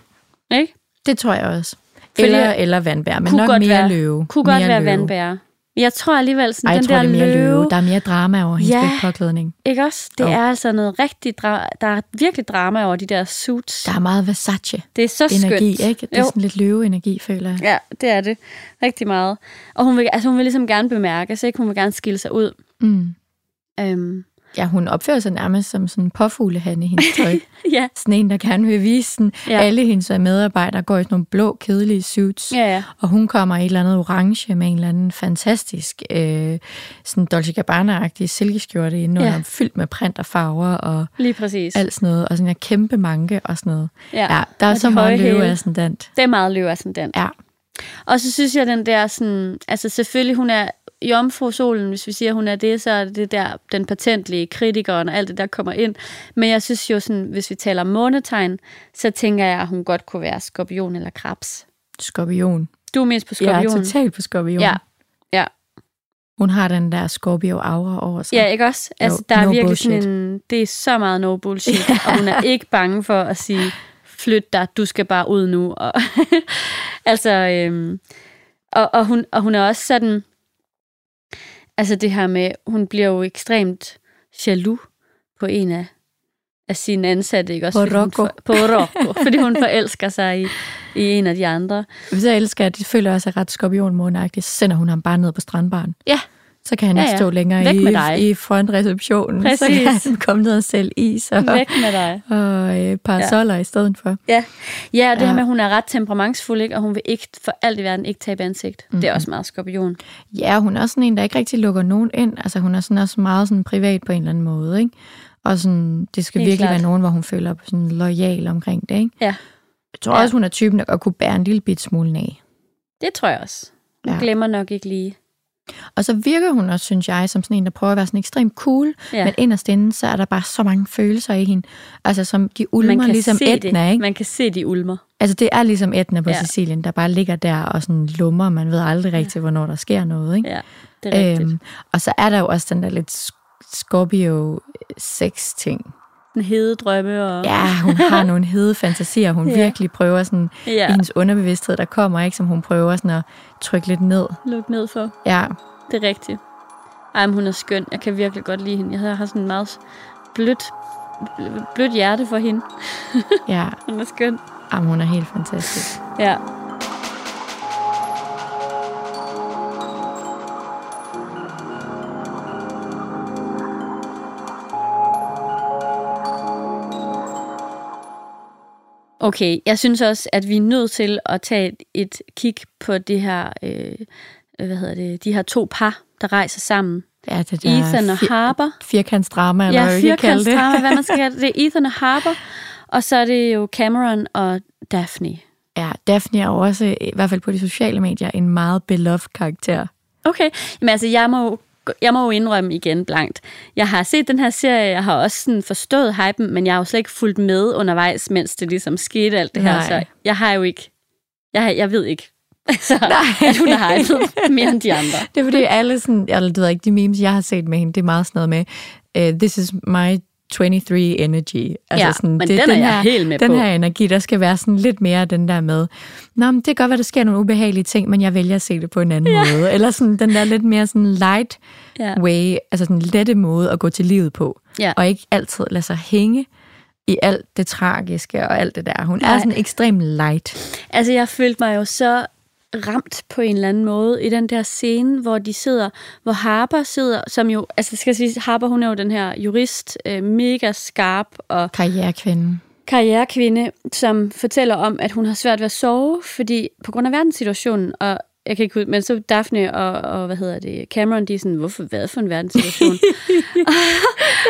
S1: Ikke?
S2: det tror jeg også.
S1: Fordi
S2: eller,
S1: jeg-
S2: eller vandbær, men
S1: Kunne
S2: nok
S1: godt
S2: mere
S1: være-
S2: løve.
S1: Kunne godt
S2: mere
S1: være
S2: løve.
S1: vandbærer. Jeg tror alligevel sådan,
S2: Ej, jeg
S1: den
S2: tror,
S1: der
S2: det er mere løve.
S1: løve,
S2: Der er mere drama over hendes
S1: Ja.
S2: ja. påklædning.
S1: ikke også? Det
S2: Jo.
S1: er altså noget rigtig, dra- der er virkelig drama over de der suits.
S2: Der er meget Versace-energi,
S1: Det er så skønt.
S2: ikke? Det er
S1: Jo.
S2: sådan lidt løveenergi, føler jeg.
S1: Ja, det er det. Rigtig meget. Og hun vil, altså, hun vil ligesom gerne bemærke, så ikke? Hun vil gerne skille sig ud.
S2: Mm.
S1: Øhm,
S2: Ja, hun opfører sig nærmest som sådan en påfuglehand i hendes tøj.
S1: ja.
S2: sådan en, der gerne vil vise den.
S1: Ja.
S2: Ja. Alle hendes medarbejdere går i sådan nogle blå, kedelige suits.
S1: ja, ja.
S2: Og hun kommer i et eller andet orange med en eller anden fantastisk øh, sådan Dolce Gabbana-agtig silkeskjorte indenunder,
S1: Ja.
S2: ja. fyldt med print og farver og
S1: Lige præcis.
S2: alt sådan noget. Og sådan en kæmpe manke og sådan noget.
S1: Ja.
S2: ja der er
S1: Og
S2: så
S1: de høje
S2: meget
S1: hæle.
S2: løve ascendant.
S1: Det er meget løveascendant.
S2: Ja.
S1: Og så synes jeg, den der sådan... Altså selvfølgelig, hun er jomfru solen, hvis vi siger, hun er det, så er det der, den patentlige kritikeren og alt det, der kommer ind. Men jeg synes jo sådan, hvis vi taler om månetegn, så tænker jeg, at hun godt kunne være skorpion eller krebs.
S2: Skorpion.
S1: Du er mest på
S2: Jeg
S1: skorpion.
S2: er totalt på skorpion.
S1: Ja. Ja.
S2: Hun har den der Scorpio-aura over sig.
S1: Ja, ikke også? Altså,
S2: Jo,
S1: der er
S2: no
S1: virkelig
S2: bullshit.
S1: sådan en... Det er så meget no bullshit, og hun er ikke bange for at sige, flyt dig, du skal bare ud nu. Og, altså, øhm, og, og, hun, og hun er også sådan... Altså det her med, hun bliver jo ekstremt jaloux på en af, af sine ansatte, ikke også?
S2: På
S1: Fordi hun
S2: Rocco.
S1: For, på Rocco, fordi hun forelsker sig i, i en af de andre.
S2: Hvis jeg elsker, at det føler jeg også er ret skorpionmåneagtigt, så sender hun ham bare ned på strandbaren.
S1: Ja,
S2: Så kan han
S1: Ja,
S2: ja, ja.
S1: ja.
S2: ikke stå længere
S1: Væk med
S2: i,
S1: dig.
S2: i frontreceptionen. Så
S1: Præcis.
S2: kan han komme ned og sælge is og,
S1: Væk med dig.
S2: og øh, parasoller ja. i stedet for.
S1: Ja, og det ja.
S2: Ja.
S1: her med, at hun er ret temperamentsfuld, ikke? og hun vil ikke for alt i verden ikke tabe ansigt. Mm-hmm. Det er også meget skorpion.
S2: Ja, hun er også sådan en, der ikke rigtig lukker nogen ind. Altså hun er sådan også meget sådan privat på en eller anden måde, ikke? Og sådan, det skal
S1: Helt
S2: virkelig
S1: klart.
S2: være nogen, hvor hun føler sig sådan lojal omkring det, ikke?
S1: Ja.
S2: Jeg tror
S1: Ja.
S2: ja. også, hun er typen, der godt kunne bære en lille bit smule af.
S1: Det tror jeg også. Hun
S2: Ja.
S1: ja. glemmer nok ikke lige.
S2: Og så virker hun også, synes jeg, som sådan en, der prøver at være sådan ekstremt cool,
S1: Ja.
S2: ja. men inderst inde, så er der bare så mange følelser i hende. Altså som de ulmer,
S1: Man kan
S2: ligesom
S1: se
S2: Etna,
S1: det.
S2: ikke?
S1: Man kan se de ulmer.
S2: Altså det er ligesom Etna på
S1: Ja.
S2: ja. Sicilien, der bare ligger der og sådan lummer, og man ved aldrig rigtigt, hvornår der sker noget, ikke?
S1: Ja, det er rigtigt. Øhm,
S2: og så er der jo også den der lidt sk- Scorpio sex ting.
S1: den hede drømme og...
S2: Ja, hun har nogle hede fantasier, hun
S1: Ja.
S2: ja. virkelig prøver sådan ja.
S1: ja
S2: i hendes underbevidsthed, der kommer, ikke, som hun prøver sådan at trykke lidt ned.
S1: luk ned for.
S2: Ja,
S1: Det er rigtigt. Ej, men hun er skøn. Jeg kan virkelig godt lide hende. Jeg har sådan en meget blødt, blødt hjerte for hende.
S2: ja.
S1: Hun er skøn.
S2: Jamen, hun er helt fantastisk.
S1: Ja. Okay, jeg synes også, at vi er nødt til at tage et, et kig på det her, øh, hvad hedder det, de her to par, der rejser sammen.
S2: Ja, det der
S1: Ja, Ethan og
S2: fir-
S1: Harper.
S2: firkantsdrama, eller hvad
S1: Ja,
S2: vi kan kalde det.
S1: firkantsdrama, hvad man skal kalde det. Det er Ethan og Harper, og så er det jo Cameron og Daphne.
S2: Ja, Daphne er jo også, i hvert fald på de sociale medier, en meget beloved karakter.
S1: Okay, men altså, jeg må, jo- jeg må jo indrømme igen blankt. Jeg har set den her serie, jeg har også sådan forstået hypen, men jeg har jo slet ikke fulgt med undervejs, mens det ligesom skete alt det her.
S2: Nej.
S1: Så jeg har jo ikke... Jeg, har, jeg ved ikke, altså, at hun har hypet mere end de andre.
S2: Det er fordi alle sådan, eller det ved jeg ikke, de memes, jeg har set med hende, det er meget sådan noget med, uh, this is my 23 energy. Altså
S1: Ja, men den er jeg helt med
S2: den
S1: på.
S2: her energi, der skal være sådan lidt mere den der med, nå, men det kan godt være, der sker nogle ubehagelige ting, men jeg vælger at se det på en anden ja. måde. Eller sådan den der lidt mere sådan light
S1: Ja.
S2: way, altså sådan lette måde at gå til livet på.
S1: Ja.
S2: Og ikke altid lade sig hænge i alt det tragiske og alt det der. Hun Nej.
S1: Nej.
S2: er sådan ekstremt light.
S1: Altså, jeg følte mig jo så ramt på en eller anden måde i den der scene, hvor de sidder, hvor Harper sidder, som jo, altså skal jeg sige, Harper hun er jo den her jurist, øh, mega skarp og
S2: Karrierekvinde.
S1: karrierekvinde, som fortæller om, at hun har svært ved at sove, fordi på grund af verdenssituationen, og jeg kan ikke ud, men så Daphne og, og, hvad hedder det, Cameron, de er sådan, hvorfor, hvad for en verdenssituation?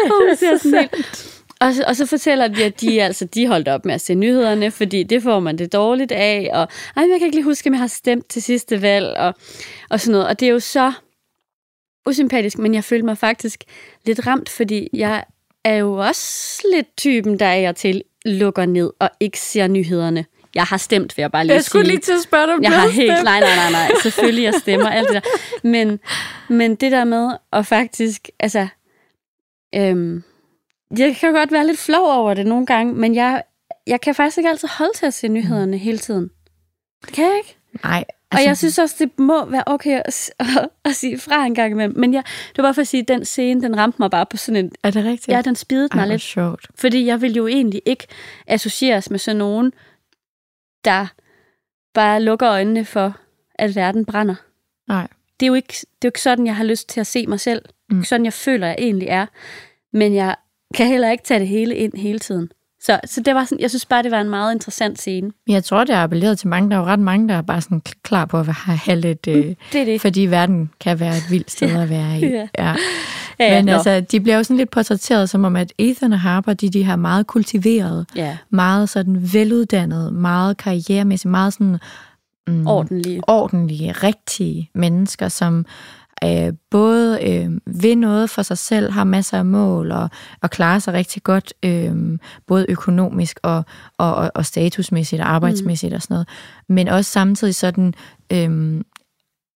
S1: og, hun ser sådan helt, og, så- og så fortæller de, at de, altså, de holdt op med at se nyhederne, fordi det får man det dårligt af, og Ej, men jeg kan ikke lige huske, om jeg har stemt til sidste valg, og, og sådan noget. Og det er jo så usympatisk, men jeg følte mig faktisk lidt ramt, fordi jeg er jo også lidt typen, der er til lukker ned og ikke ser nyhederne. Jeg har stemt, vil jeg bare lige sige.
S2: til at spørge dig, om
S1: jeg har helt, nej, nej, nej, nej, selvfølgelig jeg stemmer, alt det der. Men, men det der med at faktisk, altså, øhm, jeg kan godt være lidt flov over det nogle gange, men jeg, jeg kan faktisk ikke altid holde til at se nyhederne hele tiden. Det kan jeg ikke.
S2: Nej,
S1: Altså, og jeg synes også, det må være okay at, s- at, at sige fra en gang imellem. Men jeg, det var bare for at sige, at den scene, den ramte mig bare på sådan en...
S2: er det rigtigt?
S1: Ja, den spidede mig
S2: Ej, hvor
S1: lidt.
S2: sjovt.
S1: Fordi jeg vil jo egentlig ikke associeres med sådan nogen, der bare lukker øjnene for, at verden brænder.
S2: Nej.
S1: Det er jo ikke, det er jo ikke sådan, jeg har lyst til at se mig selv. Mm.
S2: Mm.
S1: Ikke sådan, jeg føler, jeg egentlig er. Men jeg kan heller ikke tage det hele ind hele tiden. Så, så det var sådan, jeg synes bare, det var en meget interessant scene.
S2: Men Jeg tror, det er appelleret til mange. Der er jo ret mange, der er bare sådan k- klar på at have have lidt... Øh,
S1: Det er det.
S2: fordi verden kan være et vildt sted at være i.
S1: Mm. Ja.
S2: Ja.
S1: Ja,
S2: Men
S1: nå.
S2: altså, de bliver jo sådan lidt portrætteret som om, at Ethan og Harper, de, de her meget kultiverede,
S1: Ja,
S2: meget sådan veluddannede, meget karrieremæssige, meget sådan mm,
S1: ordentligt.
S2: ordentlige, rigtige mennesker, som øh, både øh, vil noget for sig selv, har masser af mål og, og klarer sig rigtig godt, øh, både økonomisk og, og, og, og statusmæssigt og arbejdsmæssigt mm. og sådan noget, men også samtidig sådan øh,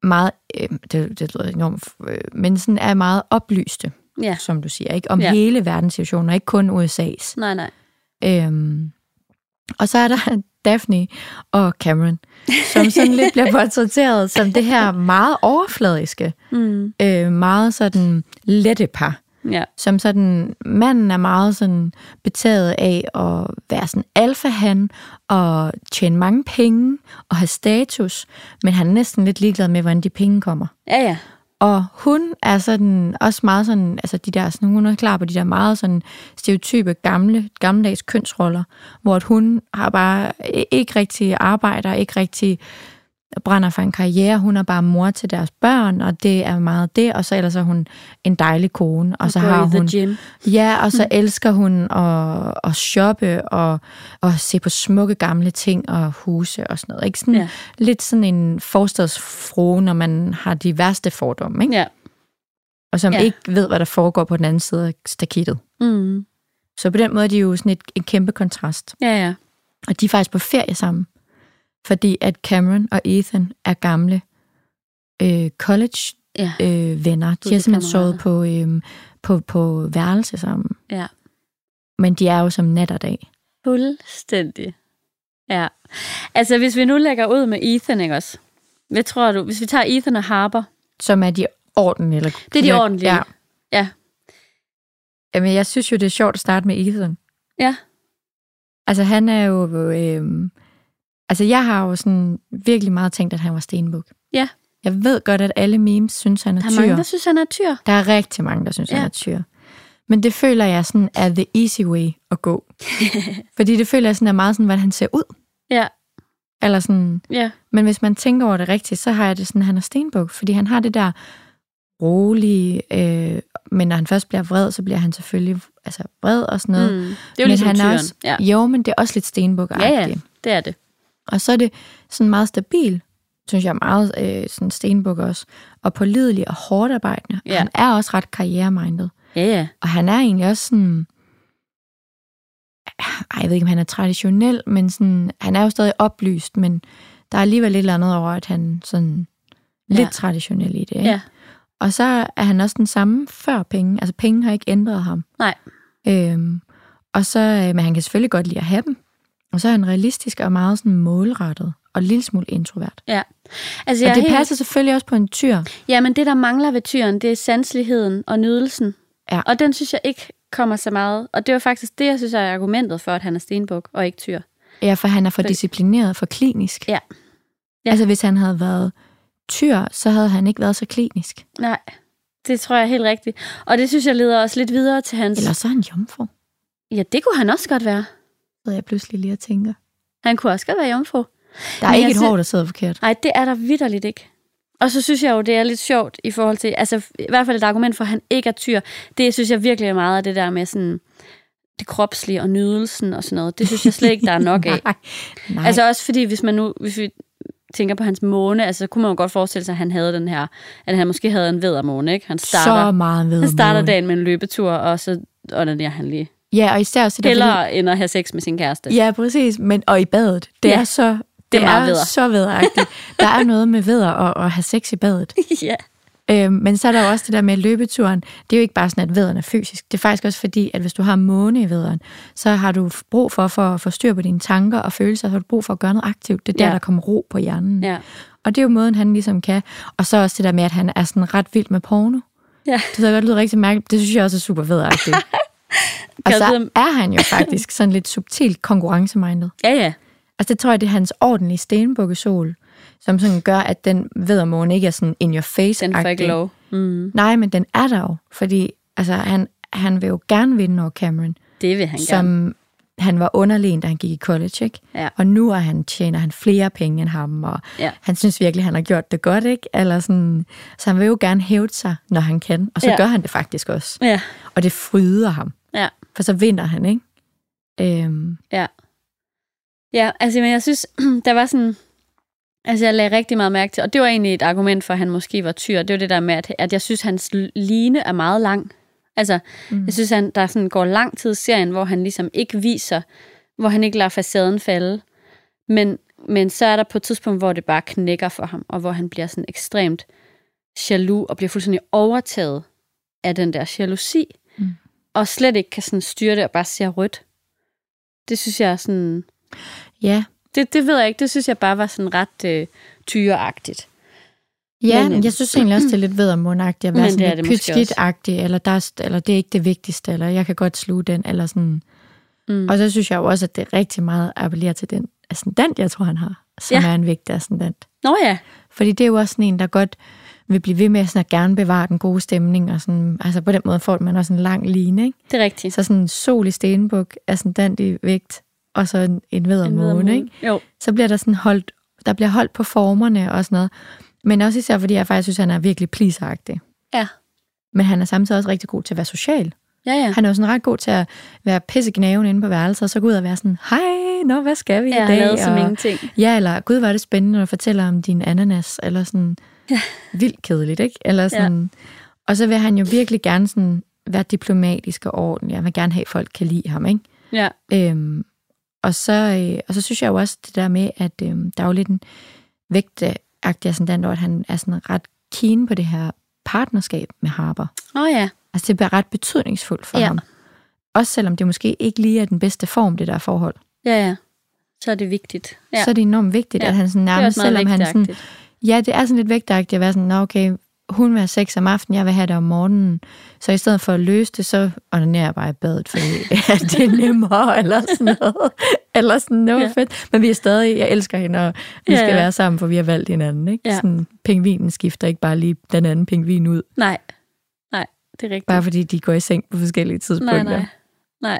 S2: meget, øh, det, det lyder enormt, øh, men sådan er meget oplyste,
S1: Ja,
S2: som du siger, ikke om
S1: Ja. Mm.
S2: ja. hele verdenssituationen, og ikke kun USA's.
S1: nej, nej.
S2: Øhm, og så er der Daphne og Cameron, som sådan lidt bliver portrætteret som det her meget overfladiske,
S1: Mm.
S2: øh, meget sådan lette par.
S1: Ja.
S2: Som sådan, manden er meget sådan betaget af at være sådan alfahan og tjene mange penge og have status, men han er næsten lidt ligeglad med, hvordan de penge kommer.
S1: Ja, ja.
S2: Og hun er sådan, også meget sådan, altså de der, sådan, hun er klar på de der meget sådan stereotype gamle, gammeldags kønsroller, hvor at hun har bare i- ikke rigtig arbejder, ikke rigtig brænder for en karriere, hun er bare mor til deres børn, og det er meget det, og så ellers er hun en dejlig kone, og så
S1: går
S2: har
S1: i the
S2: hun...
S1: gym.
S2: Ja, og så elsker hun at, at shoppe og, og se på smukke gamle ting og huse og sådan noget. Ikke? Sådan,
S1: Ja.
S2: ja. Lidt sådan en forstadsfru, når man har de værste fordomme, ikke? Ja.
S1: Ja.
S2: og som
S1: Ja.
S2: ja. ikke ved, hvad der foregår på den anden side af stakittet.
S1: Mm.
S2: Så på den måde er de jo sådan et, en kæmpe kontrast.
S1: Ja, ja.
S2: Og de er faktisk på ferie sammen, fordi at Cameron og Ethan er gamle øh, college-venner.
S1: Ja,
S2: Øh, venner. de har simpelthen sovet
S1: Studiekammerater.
S2: på, øh, på, på værelse sammen.
S1: ja.
S2: Men de er jo som nat og dag.
S1: Fuldstændig. Ja. Altså, hvis vi nu lægger ud med Ethan, ikke også? Hvad tror du? Hvis vi tager Ethan og Harper.
S2: som er de ordentlige. Eller
S1: Det er de ordentlige.
S2: Ja.
S1: Ja.
S2: Jamen, jeg synes jo, det er sjovt at starte med Ethan.
S1: Ja.
S2: Altså, han er jo... Øh, altså, jeg har jo sådan virkelig meget tænkt, at han var stenbuk.
S1: Ja.
S2: Jeg ved godt, at alle memes synes, han er
S1: Der er mange,
S2: tyr.
S1: der synes, han er tyr.
S2: Der er rigtig mange, der synes, ja.
S1: Ja.
S2: han er tyr. Men det føler jeg sådan er the easy way at gå. Fordi det føler jeg sådan er meget sådan, hvordan han ser ud.
S1: Ja,
S2: Eller sådan,
S1: ja.
S2: men hvis man tænker over det rigtigt, så har jeg det sådan, at han er stenbuk, fordi han har det der rolige, øh, men når han først bliver vred, så bliver han selvfølgelig altså, vred og sådan noget.
S1: Mm. Det er jo
S2: men
S1: ligesom
S2: han
S1: tyren.
S2: Er også,
S1: Ja.
S2: Jo, men det er også lidt stenbuk
S1: ja, ja, det er det.
S2: Og så er det sådan meget stabil, synes jeg er meget øh, sådan stenbuk også, og pålidelig og hårdt arbejdende.
S1: Ja.
S2: Han er også ret karrieremindet.
S1: Ja, ja.
S2: Og han er egentlig også sådan... Ej, jeg ved ikke, om han er traditionel, men sådan, han er jo stadig oplyst, men der er alligevel lidt eller andet over, at han sådan lidt
S1: Ja.
S2: traditionel i det. Ikke?
S1: Ja.
S2: Og så er han også den samme før penge. Altså, penge har ikke ændret ham.
S1: Nej.
S2: Øhm, og så, øh, men han kan selvfølgelig godt lide at have dem. Og så er han realistisk og meget sådan målrettet og en lille smule introvert.
S1: ja. Altså,
S2: Ja,
S1: jeg
S2: og
S1: er
S2: det
S1: helt...
S2: passer selvfølgelig også på en tyr.
S1: Ja, men det, der mangler ved tyren, det er sanseligheden og nydelsen.
S2: Ja.
S1: Og den synes jeg ikke kommer så meget. Og det var faktisk det, jeg synes er argumentet for, at han er stenbuk og ikke tyr.
S2: Ja, for han er for
S1: Fordi-
S2: disciplineret, for klinisk.
S1: Ja. Ja.
S2: Altså, hvis han havde været tyr, så havde han ikke været så klinisk.
S1: Nej, det tror jeg er helt rigtigt. Og det synes jeg leder også lidt videre til hans...
S2: Eller så er han jomfru,
S1: Ja, det kunne han også godt være.
S2: sidder jeg pludselig lige og tænker.
S1: Han kunne også godt være jomfru.
S2: Der er
S1: Men
S2: ikke
S1: jeg
S2: et
S1: sy-
S2: hår, der sidder forkert.
S1: Nej, det er der vidderligt ikke. Og så synes jeg jo, det er lidt sjovt i forhold til, altså i hvert fald et argument for, at han ikke er tyr, det synes jeg virkelig er meget af det der med sådan det kropslige og nydelsen og sådan noget. Det synes jeg slet ikke, der er nok af.
S2: Nej. Nej. Altså,
S1: Altså også fordi, hvis man nu, hvis vi tænker på hans måne, altså så kunne man jo godt forestille sig, at han havde den her, at han måske havde en vedermåne, ikke? Han
S2: starter, så
S1: starter,
S2: meget ved
S1: han starter
S2: månen.
S1: dagen med en løbetur, og så ånder han lige.
S2: Ja, og især også det
S1: Eller
S2: der,
S1: end at have sex med sin kæreste.
S2: fordi- Ja, præcis. Men, og i badet. Det
S1: Ja,
S2: er så...
S1: det er meget
S2: er
S1: vædder.
S2: så vederagtigt. Der er noget med veder og at have sex i badet.
S1: ja.
S2: Øhm, men så er der jo også det der med løbeturen. Det er jo ikke bare sådan, at vederen er fysisk. Det er faktisk også fordi, at hvis du har måne i vederen, så har du f- brug for, for at få styr på dine tanker og følelser, så har du brug for at gøre noget aktivt. Det er der,
S1: Ja.
S2: ja. der kommer ro på hjernen.
S1: Ja.
S2: Og det er jo måden, han ligesom kan. Og så også det der med, at han er sådan ret vild med porno.
S1: Ja.
S2: Det ved jeg godt lyder rigtig mærkeligt. Det synes jeg også er super vedagtigt. og
S1: Kan jeg
S2: så
S1: vide,
S2: er han jo faktisk sådan lidt subtilt konkurrencemindet.
S1: Ja, ja.
S2: Altså det tror jeg, det er hans ordentlige stenbukkesol, som sådan gør, at den vedermåne ikke er sådan in your face
S1: Den får ikke lov. Mm.
S2: Nej, men den er der jo, fordi altså, han, han vil jo gerne vinde over Cameron,
S1: Det vil han
S2: som
S1: gerne.
S2: han var underlegen, da han gik i college, ikke?
S1: Ja.
S2: Og nu er han, tjener han flere penge end ham, og
S1: Ja.
S2: han synes virkelig, han har gjort det godt, ikke? Eller sådan, så han vil jo gerne hæve sig, når han kan, og så
S1: Ja.
S2: ja. gør han det faktisk også.
S1: Ja,
S2: Og det fryder ham,
S1: ja,
S2: for så vinder han, ikke? Øhm,
S1: ja. Ja, altså, men jeg synes, der var sådan... Altså, jeg lagde rigtig meget mærke til, og det var egentlig et argument for, at han måske var tyr. Det var det der med, at, at jeg synes, hans line er meget lang. Altså, mm.
S2: Mm.
S1: jeg synes, han, der sådan går lang tid i serien, hvor han ligesom ikke viser, hvor han ikke lader facaden falde. Men, men så er der på et tidspunkt, hvor det bare knækker for ham, og hvor han bliver sådan ekstremt jaloux og bliver fuldstændig overtaget af den der jalousi, mm.
S2: Mm.
S1: og slet ikke kan sådan styre det og bare ser rødt. Det synes jeg er sådan...
S2: ja,
S1: Det, det ved jeg ikke, det synes jeg bare var sådan ret øh, tyreagtigt.
S2: Ja,
S1: Men,
S2: men,
S1: øhm,
S2: jeg synes egentlig også, det er lidt vedermundagtigt at
S1: Men det
S2: være
S1: er
S2: sådan lidt
S1: det måske
S2: pytskidagtig, eller, der, er st- eller det er ikke det vigtigste, eller jeg kan godt sluge den, eller sådan.
S1: Mm.
S2: Mm. Og så synes jeg jo også, at det rigtig meget appellerer til den ascendant, jeg tror, han har, som
S1: Ja.
S2: ja. er en vigtig ascendant.
S1: Nå ja,
S2: Fordi det er jo også sådan en, der godt vil blive ved med sådan at gerne bevare den gode stemning, og sådan, altså på den måde får man også en lang line, ikke?
S1: Det er rigtigt.
S2: Så sådan en sol i stenbuk, ascendant i vægt, og så en, en ved om måne, ikke?
S1: Jo,
S2: Så bliver der sådan holdt, der bliver holdt på formerne og sådan noget. Men også især, fordi jeg faktisk synes, han er virkelig pleaseragtig.
S1: ja.
S2: Men han er samtidig også rigtig god til at være social.
S1: Ja, ja.
S2: Han er jo sådan ret god til at være pissegnaven inde på værelset, og så gå ud og være sådan, hej, nå, hvad skal vi
S1: Jeg
S2: i
S1: har
S2: dag?
S1: lavet som
S2: og,
S1: ingenting.
S2: Ja, eller gud, var det spændende, når du fortæller om din ananas, eller sådan ja. vildt kedeligt, ikke? Eller sådan, ja. Og så vil han jo virkelig gerne sådan være diplomatisk og ordentlig. Han vil gerne have, at folk kan lide ham, ikke?
S1: Ja,
S2: Øhm, og, så, øh, og så synes jeg jo også det der med, at øhm, der er jo lidt en vægtagtig ascendant over, at han er sådan ret keen på det her partnerskab med Harper.
S1: åh oh, ja.
S2: Altså det bliver ret betydningsfuldt for
S1: Ja.
S2: ja. ham. Også selvom det måske ikke lige er den bedste form, det der forhold.
S1: Ja, ja. Så er det vigtigt. Ja.
S2: Ja. Så er det enormt vigtigt,
S1: Ja.
S2: ja. at han sådan
S1: det er
S2: nærmest,
S1: også meget
S2: selvom han sådan
S1: vigtigt.
S2: Ja, det er sådan lidt vægtagtigt at være sådan, Nå, okay, hun vil have sex om aftenen, jeg vil have det om morgenen. Så i stedet for at løse det, så ordnerer jeg bare i badet, fordi ja, det er nemmere, eller sådan noget. Eller sådan noget
S1: Ja.
S2: ja. fedt. Men vi er stadig, jeg elsker hende, og vi
S1: Ja,
S2: ja, skal
S1: ja.
S2: ja. være sammen, for vi har valgt hinanden. Ikke?
S1: Ja.
S2: Ja. Sådan, pingvinen skifter ikke bare lige den anden pingvin ud,
S1: Nej, nej, det er rigtigt.
S2: bare fordi de går i seng på forskellige tidspunkter.
S1: nej, nej, nej.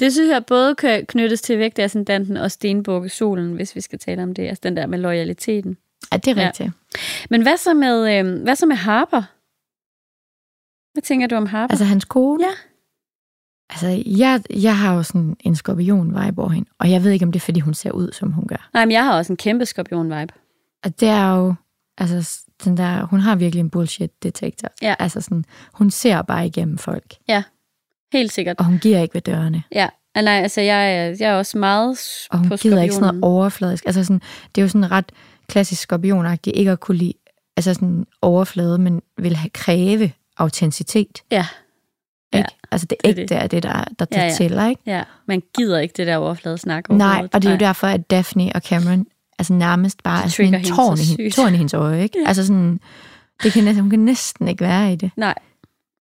S1: Det synes jeg både kan knyttes til vægtascendanten og stenbukke solen, hvis vi skal tale om det. Altså den der med loyaliteten.
S2: Ja, det
S1: Ja.
S2: er rigtigt. Ja.
S1: Men hvad så med, øh, hvad så med Harper? Hvad tænker du om Harper?
S2: Altså hans kone.
S1: Ja.
S2: Altså, jeg, jeg har jo sådan en skorpion-vibe over hende, og jeg ved ikke, om det er, fordi hun ser ud, som hun gør.
S1: nej, men jeg har også en kæmpe skorpion-vibe.
S2: Og det er jo, altså, s- den der, hun har virkelig en bullshit detektor.
S1: Ja.
S2: Altså sådan, hun ser bare igennem folk,
S1: Helt sikkert.
S2: og hun giver ikke ved dørene.
S1: Ja, ah, nej, altså jeg er, jeg er også meget s-
S2: Og hun
S1: på
S2: gider ikke sådan
S1: skorpionen.
S2: noget overfladisk. Altså sådan, det er jo sådan ret klassisk skorpionagtigt, ikke at kunne lide altså sådan overflade, men vil have kræve autenticitet.
S1: Ja, Ja,
S2: Ikke? Altså det
S1: det er
S2: ægte er det, der, der, der
S1: Ja, ja.
S2: tæller, ikke?
S1: ja. Man gider ikke det der overflade snak
S2: Nej, og det er jo derfor, at Daphne og Cameron altså nærmest bare
S1: Det
S2: er sådan en
S1: trigger hende
S2: tårn
S1: så
S2: i, hende,
S1: sygt.
S2: tårn i hendes øje, ikke?
S1: Ja.
S2: Ja. Altså sådan, det kan næsten, hun kan næsten ikke være i det.
S1: Nej,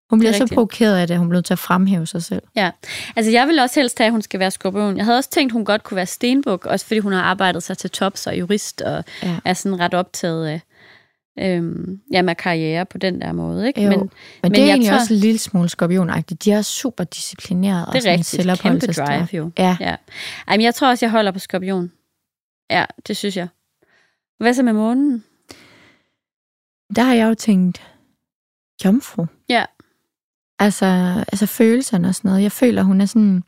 S2: Hun
S1: Det er
S2: bliver så
S1: rigtigt.
S2: provokeret af det, at hun bliver nødt til at fremhæve sig selv.
S1: ja. Altså jeg vil også helst have, at hun skal være skorpion. Jeg havde også tænkt, at hun godt kunne være stenbuk, også fordi hun har arbejdet sig til tops og jurist, og
S2: Ja.
S1: er sådan ret optaget af, øhm, jamen, af karriere på den der måde. Ikke?
S2: Jo, men, men det er
S1: jeg
S2: egentlig
S1: tror-
S2: tror... også en lille smule skorpionagtigt. De er super disciplinerede og
S1: det er
S2: sådan
S1: rigtigt. Kæmpe drive
S2: selvopholdelsesdrag.
S1: jo.
S2: Ja.
S1: Ja. Ej, men jeg tror også, jeg holder på skorpion. Ja, det synes jeg. Hvad så med månen?
S2: Der har jeg jo tænkt, jomfru.
S1: Ja.
S2: Altså, altså følelserne og sådan noget. Jeg føler, hun er sådan...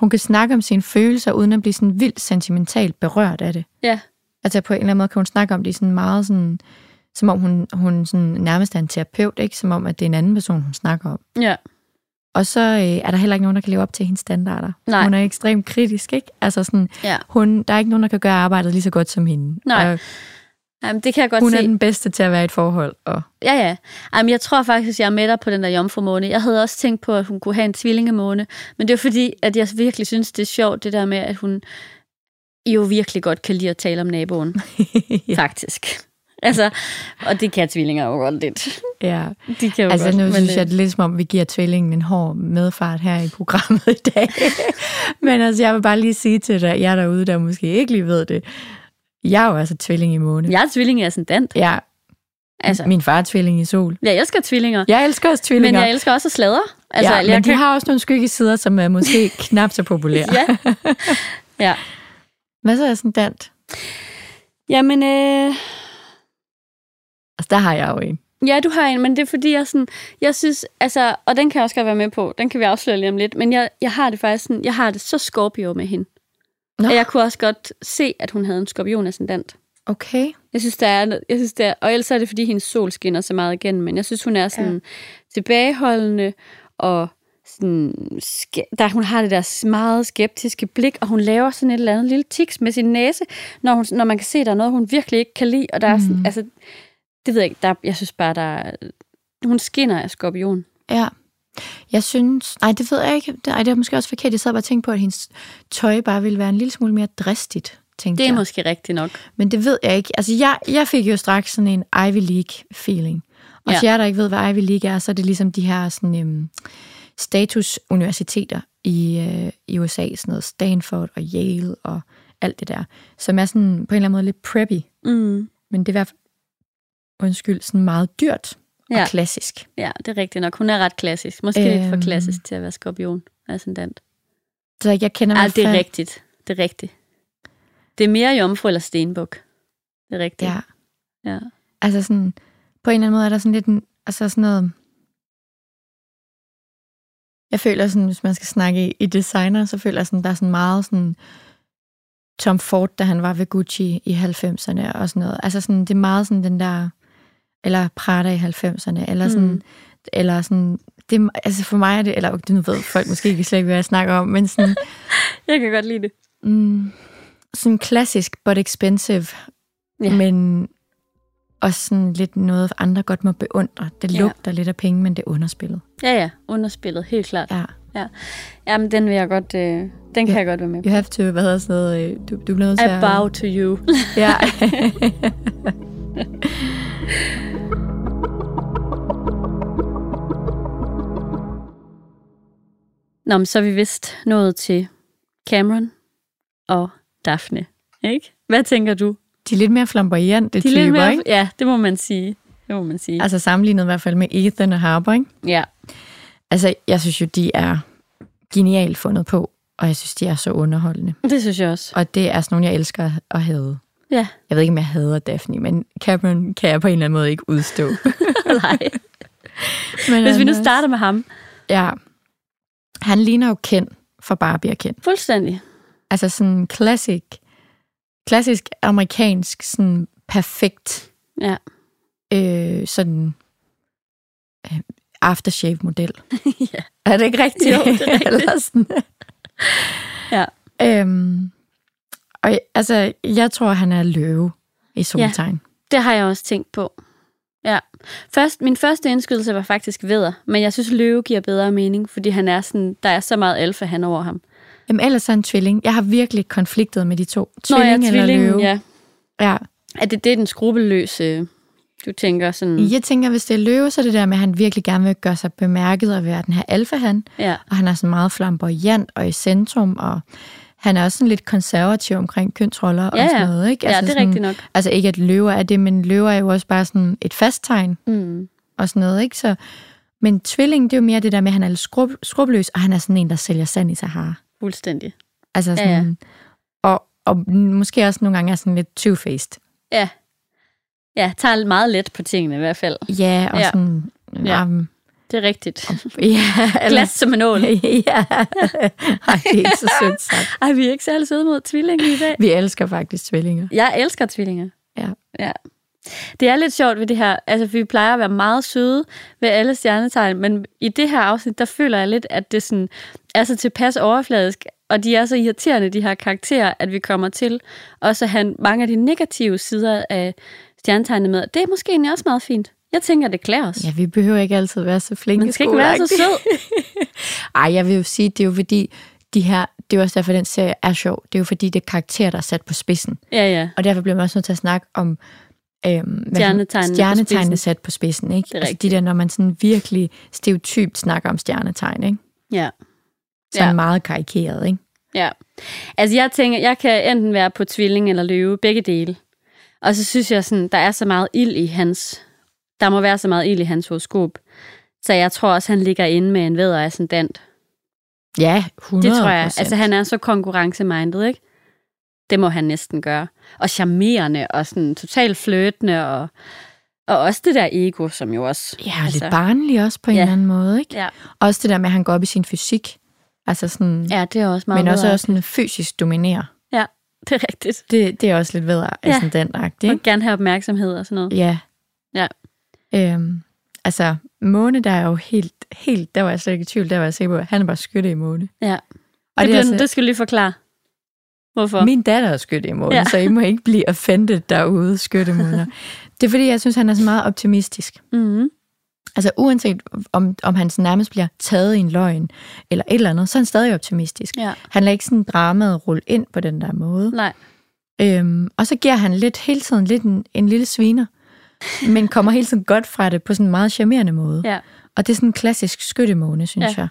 S2: Hun kan snakke om sine følelser, uden at blive sådan vildt sentimentalt berørt af det.
S1: Ja.
S2: Altså på en eller anden måde kan hun snakke om det i sådan meget sådan... Som om hun, hun sådan nærmest er en terapeut, ikke? Som om, at det er en anden person, hun snakker om.
S1: Ja,
S2: Og så øh, er der heller ikke nogen, der kan leve op til hendes standarder.
S1: Nej.
S2: Hun er ekstremt kritisk, ikke? Altså sådan,
S1: Ja.
S2: hun, der er ikke nogen, der kan gøre arbejdet lige så godt som hende.
S1: Nej,
S2: og
S1: Jamen, det kan jeg godt
S2: hun
S1: se.
S2: er den bedste til at være i et forhold. Og,
S1: Ja, ja. Jamen, jeg tror faktisk, jeg er med dig på den der jomfrumåne. Jeg havde også tænkt på, at hun kunne have en tvillingemåne. Men det er fordi, at jeg virkelig synes, det er sjovt, det der med, at hun jo virkelig godt kan lide at tale om naboen. ja. Faktisk. Altså, og det kan tvillinger jo godt lidt.
S2: ja.
S1: De kan jo
S2: Altså
S1: godt,
S2: nu
S1: men,
S2: synes
S1: øh,
S2: jeg, det er lidt som om, vi giver tvillingen en hård medfart her i programmet i dag. Men altså, jeg vil bare lige sige til dig, jer derude, der måske ikke lige ved det. Jeg er jo altså tvilling i måne.
S1: øh, Jeg er tvilling i ascendant.
S2: Ja,
S1: Altså,
S2: min far er tvilling i sol.
S1: jeg elsker tvillinger.
S2: Jeg elsker også
S1: men
S2: tvillinger.
S1: jeg elsker også at sladre. Altså,
S2: ja,
S1: jeg
S2: men de
S1: kan...
S2: har også nogle skyggesider, som er måske knap så populære.
S1: Ja. ja.
S2: Hvad så er sådan dant?
S1: Jamen, øh...
S2: Altså, der har jeg jo en.
S1: Ja, du har en, men det er fordi, jeg, sådan, jeg synes, altså, og den kan jeg også godt være med på, den kan vi afsløre lige om lidt, men jeg, jeg har det faktisk sådan, jeg har det så Scorpio med hende.
S2: Nå.
S1: Og jeg kunne også godt se, at hun havde en skorpion ascendant.
S2: Okay.
S1: Jeg synes, der er, noget- jeg synes, der, og ellers er det, fordi hendes sol skinner så meget igen, men jeg synes, hun er sådan ja. tilbageholdende, og sådan, ske- der, hun har det der s- meget skeptiske blik, og hun laver sådan et eller andet lille tiks med sin næse, når, hun, når man kan se, at der er noget, hun virkelig ikke kan lide, og der mm. er sådan, altså, det ved jeg ikke, der, jeg synes bare, der er, hun skinner af skorpion.
S2: Ja. Jeg synes... Nej, det ved jeg ikke. Det, ej, det er måske også forkert. Jeg sad bare og tænkte på, at hendes tøj bare ville være en lille smule mere dristigt, tænkte
S1: Det er
S2: jeg.
S1: måske rigtigt nok.
S2: Men det ved jeg ikke. Altså, jeg, jeg fik jo straks sådan en Ivy League-feeling.
S1: Ja.
S2: Og ja. til jer, der ikke ved, hvad Ivy League er, så er det ligesom de her sådan, øhm, statusuniversiteter i, øh, i USA. Sådan noget Stanford og Yale og alt det der. Som er sådan på en eller anden måde lidt preppy.
S1: Mm.
S2: Men det er i hvert fald undskyld, sådan meget dyrt og
S1: Ja.
S2: klassisk.
S1: Ja, det er rigtigt nok. Hun er ret klassisk. Måske øhm. lidt
S2: Øhm.
S1: for klassisk til at være skorpion. Ascendant.
S2: Så jeg kender mig
S1: Ej, det er
S2: fra-
S1: rigtigt. Det er rigtigt. Det er mere jomfru eller stenbuk. Det er rigtigt.
S2: Ja.
S1: ja.
S2: Altså sådan, på en eller anden måde er der sådan lidt, en, altså sådan noget, jeg føler sådan, hvis man skal snakke i, i designer, så føler jeg sådan, der er sådan meget sådan, Tom Ford, da han var ved Gucci i 90'erne og sådan noget. Altså sådan, det er meget sådan den der, eller Prada i 90'erne, eller sådan,
S1: Mm.
S2: mm. eller sådan, det, er- altså for mig er det, eller det nu ved folk måske ikke slet ikke, hvad jeg snakker om, men sådan,
S1: Jeg kan godt lide det.
S2: Mm, sådan klassisk, but expensive.
S1: Ja.
S2: Ja. Men også sådan lidt noget, andre godt må beundre. Det
S1: Ja.
S2: lugter lidt af penge, men det er underspillet.
S1: Ja, ja. Underspillet. Helt klart.
S2: Ja.
S1: Jamen, den vil jeg godt... Øh, den kan jeg godt være med på.
S2: You have to, hvad hedder sådan noget, øh, du, du bliver nødt til at...
S1: About to you.
S2: Ja.
S1: Nå, men så er vi vist nået til Cameron og Daphne. Ikke? Hvad tænker du?
S2: De er lidt mere
S1: De
S2: flamboyante
S1: er
S2: typer,
S1: lidt mere-
S2: ikke?
S1: Ja, det må man sige. Det må man sige.
S2: Altså sammenlignet i hvert fald med Ethan og Harper, ikke?
S1: Ja,
S2: Altså, jeg synes jo, de er genialt fundet på, og jeg synes, de er så underholdende.
S1: det synes jeg også.
S2: Og det er sådan nogle, jeg elsker at have.
S1: Ja.
S2: Jeg ved ikke, om jeg hader Daphne, men Cameron kan jeg på en eller anden måde ikke udstå.
S1: Nej.
S2: men
S1: Hvis vi nu
S2: han er-
S1: starter med ham.
S2: Ja. Han ligner jo Ken fra Barbie og Ken.
S1: Fuldstændig.
S2: Altså sådan klassisk, klassisk amerikansk, sådan perfekt,
S1: Ja.
S2: øh, sådan øh, aftershave-model.
S1: ja.
S2: Er det ikke rigtigt?
S1: Jo, det er rigtigt.
S2: Eller sådan.
S1: Ja.
S2: Øhm, og jeg- altså, jeg tror, han er løve i soltegn.
S1: Det har jeg også tænkt på. Ja. Først, min første indskydelse var faktisk veder, men jeg synes, løve giver bedre mening, fordi han er sådan, der er så meget alfa han over ham.
S2: Ja. Jamen, ellers er han tvilling. Jeg har virkelig konfliktet med de to.
S1: Nå,
S2: Tvilling,
S1: ja,
S2: eller
S1: tvillingen,
S2: løve.
S1: Ja.
S2: ja.
S1: Er det, det er den skrupelløse, du tænker sådan...
S2: Jeg tænker, hvis det er løve, så er det der med, at han virkelig gerne vil gøre sig bemærket og være den her alfahan.
S1: Ja.
S2: Og han er sådan meget flamboyant og i centrum, og han er også sådan lidt konservativ omkring kønsroller
S1: Ja,
S2: og
S1: ja.
S2: sådan noget. Ikke?
S1: Ja, det er
S2: sådan,
S1: rigtigt nok.
S2: Altså ikke, at løver er det, men løver er jo også bare sådan et fast tegn
S1: Mm.
S2: og sådan noget. Ikke? Så, men tvilling, det er jo mere det der med, at han er lidt skrub, skrubløs, og han er sådan en, der sælger sand i Sahara.
S1: Fuldstændig.
S2: Altså
S1: Ja,
S2: sådan,
S1: ja.
S2: Og, og måske også nogle gange er sådan lidt two-faced.
S1: Ja. Ja, tager meget let på tingene i hvert fald.
S2: Ja, og
S1: Ja.
S2: ja. sådan...
S1: Ja.
S2: Ja. Um,
S1: Det er rigtigt.
S2: ja, eller-
S1: Glas som en ål.
S2: ja. Ej, det er ikke så sødt sagt.
S1: Ej, vi er ikke særlig søde mod tvillinger i dag.
S2: Vi elsker faktisk tvillinger.
S1: Jeg elsker tvillinger.
S2: Ja.
S1: ja. Det er lidt sjovt ved det her. Altså, vi plejer at være meget søde ved alle stjernetegn, men i det her afsnit, der føler jeg lidt, at det sådan, er så tilpas overfladisk, og de er så irriterende, de her karakterer, at vi kommer til også at have mange af de negative sider af stjernetegnet med. Det er måske egentlig også meget fint. Jeg tænker, det klæder os.
S2: Ja, vi behøver ikke altid være så flinke
S1: Man skal ikke være så
S2: skoleagtige.
S1: sød.
S2: Ej, jeg vil jo sige, det er jo fordi, de her, det er jo også derfor, den serie er sjov. Det er jo fordi, det er karakterer, der er sat på spidsen.
S1: Ja, ja.
S2: Og derfor bliver man også nødt til at snakke om øhm, hvad
S1: Stjernetegnene på
S2: stjernetegnene
S1: spidsen.
S2: sat på spidsen. Ikke?
S1: Det er
S2: altså de
S1: rigtigt.
S2: der, når man sådan virkelig stereotypt snakker om stjernetegn. Ikke?
S1: ja.
S2: Sådan
S1: Ja.
S2: ja. meget karikeret. Ikke?
S1: Ja. Altså jeg tænker, jeg kan enten være på tvilling eller løve, begge dele. Og så synes jeg sådan, der er så meget ild i hans, der må være så meget ild i hans horoskop. Så jeg tror også, han ligger inde med en vædder ascendant.
S2: Ja, 100
S1: Det tror jeg. Altså han er så konkurrencemindet, ikke? Det må han næsten gøre. Og charmerende, og sådan totalt fløtende, og, og også det der ego, som jo også...
S2: Ja, og altså, lidt barnlig også på en
S1: Ja.
S2: ja. eller anden måde. Ikke?
S1: Ja.
S2: Også det der med, at han går op i sin fysik. Altså sådan,
S1: ja, det er også meget
S2: men også,
S1: vædder.
S2: også sådan fysisk dominerer.
S1: Ja, det er rigtigt.
S2: Det, det er også lidt ved
S1: Ja.
S2: ascendantagtigt.
S1: Man
S2: ikke?
S1: vil gerne have opmærksomhed og sådan noget.
S2: Ja.
S1: Ja.
S2: Øhm, altså, Måne, der er jo helt, helt, der var jeg slet ikke i tvivl, der var jeg sikker på, at han var skytte i Måne.
S1: Ja.
S2: Og
S1: det,
S2: det,
S1: bliver,
S2: er altså,
S1: det skal du lige forklare. Hvorfor?
S2: min datter er skytte i Måne,
S1: Ja.
S2: ja. så I må ikke blive offended derude, skyttemåner. det er fordi, jeg synes, han er så meget optimistisk.
S1: Mm-hmm.
S2: Altså uanset om, om han sådan nærmest bliver taget i en løgn eller et eller andet, så er han stadig optimistisk.
S1: Ja.
S2: Han lader ikke sådan dramaet rulle ind på den der måde.
S1: Nej.
S2: Øhm, og så giver han lidt hele tiden lidt en, en lille sviner, men kommer hele tiden godt fra det på sådan en meget charmerende måde.
S1: Ja.
S2: Og det er sådan en klassisk skyttemåne, synes
S1: Ja.
S2: jeg.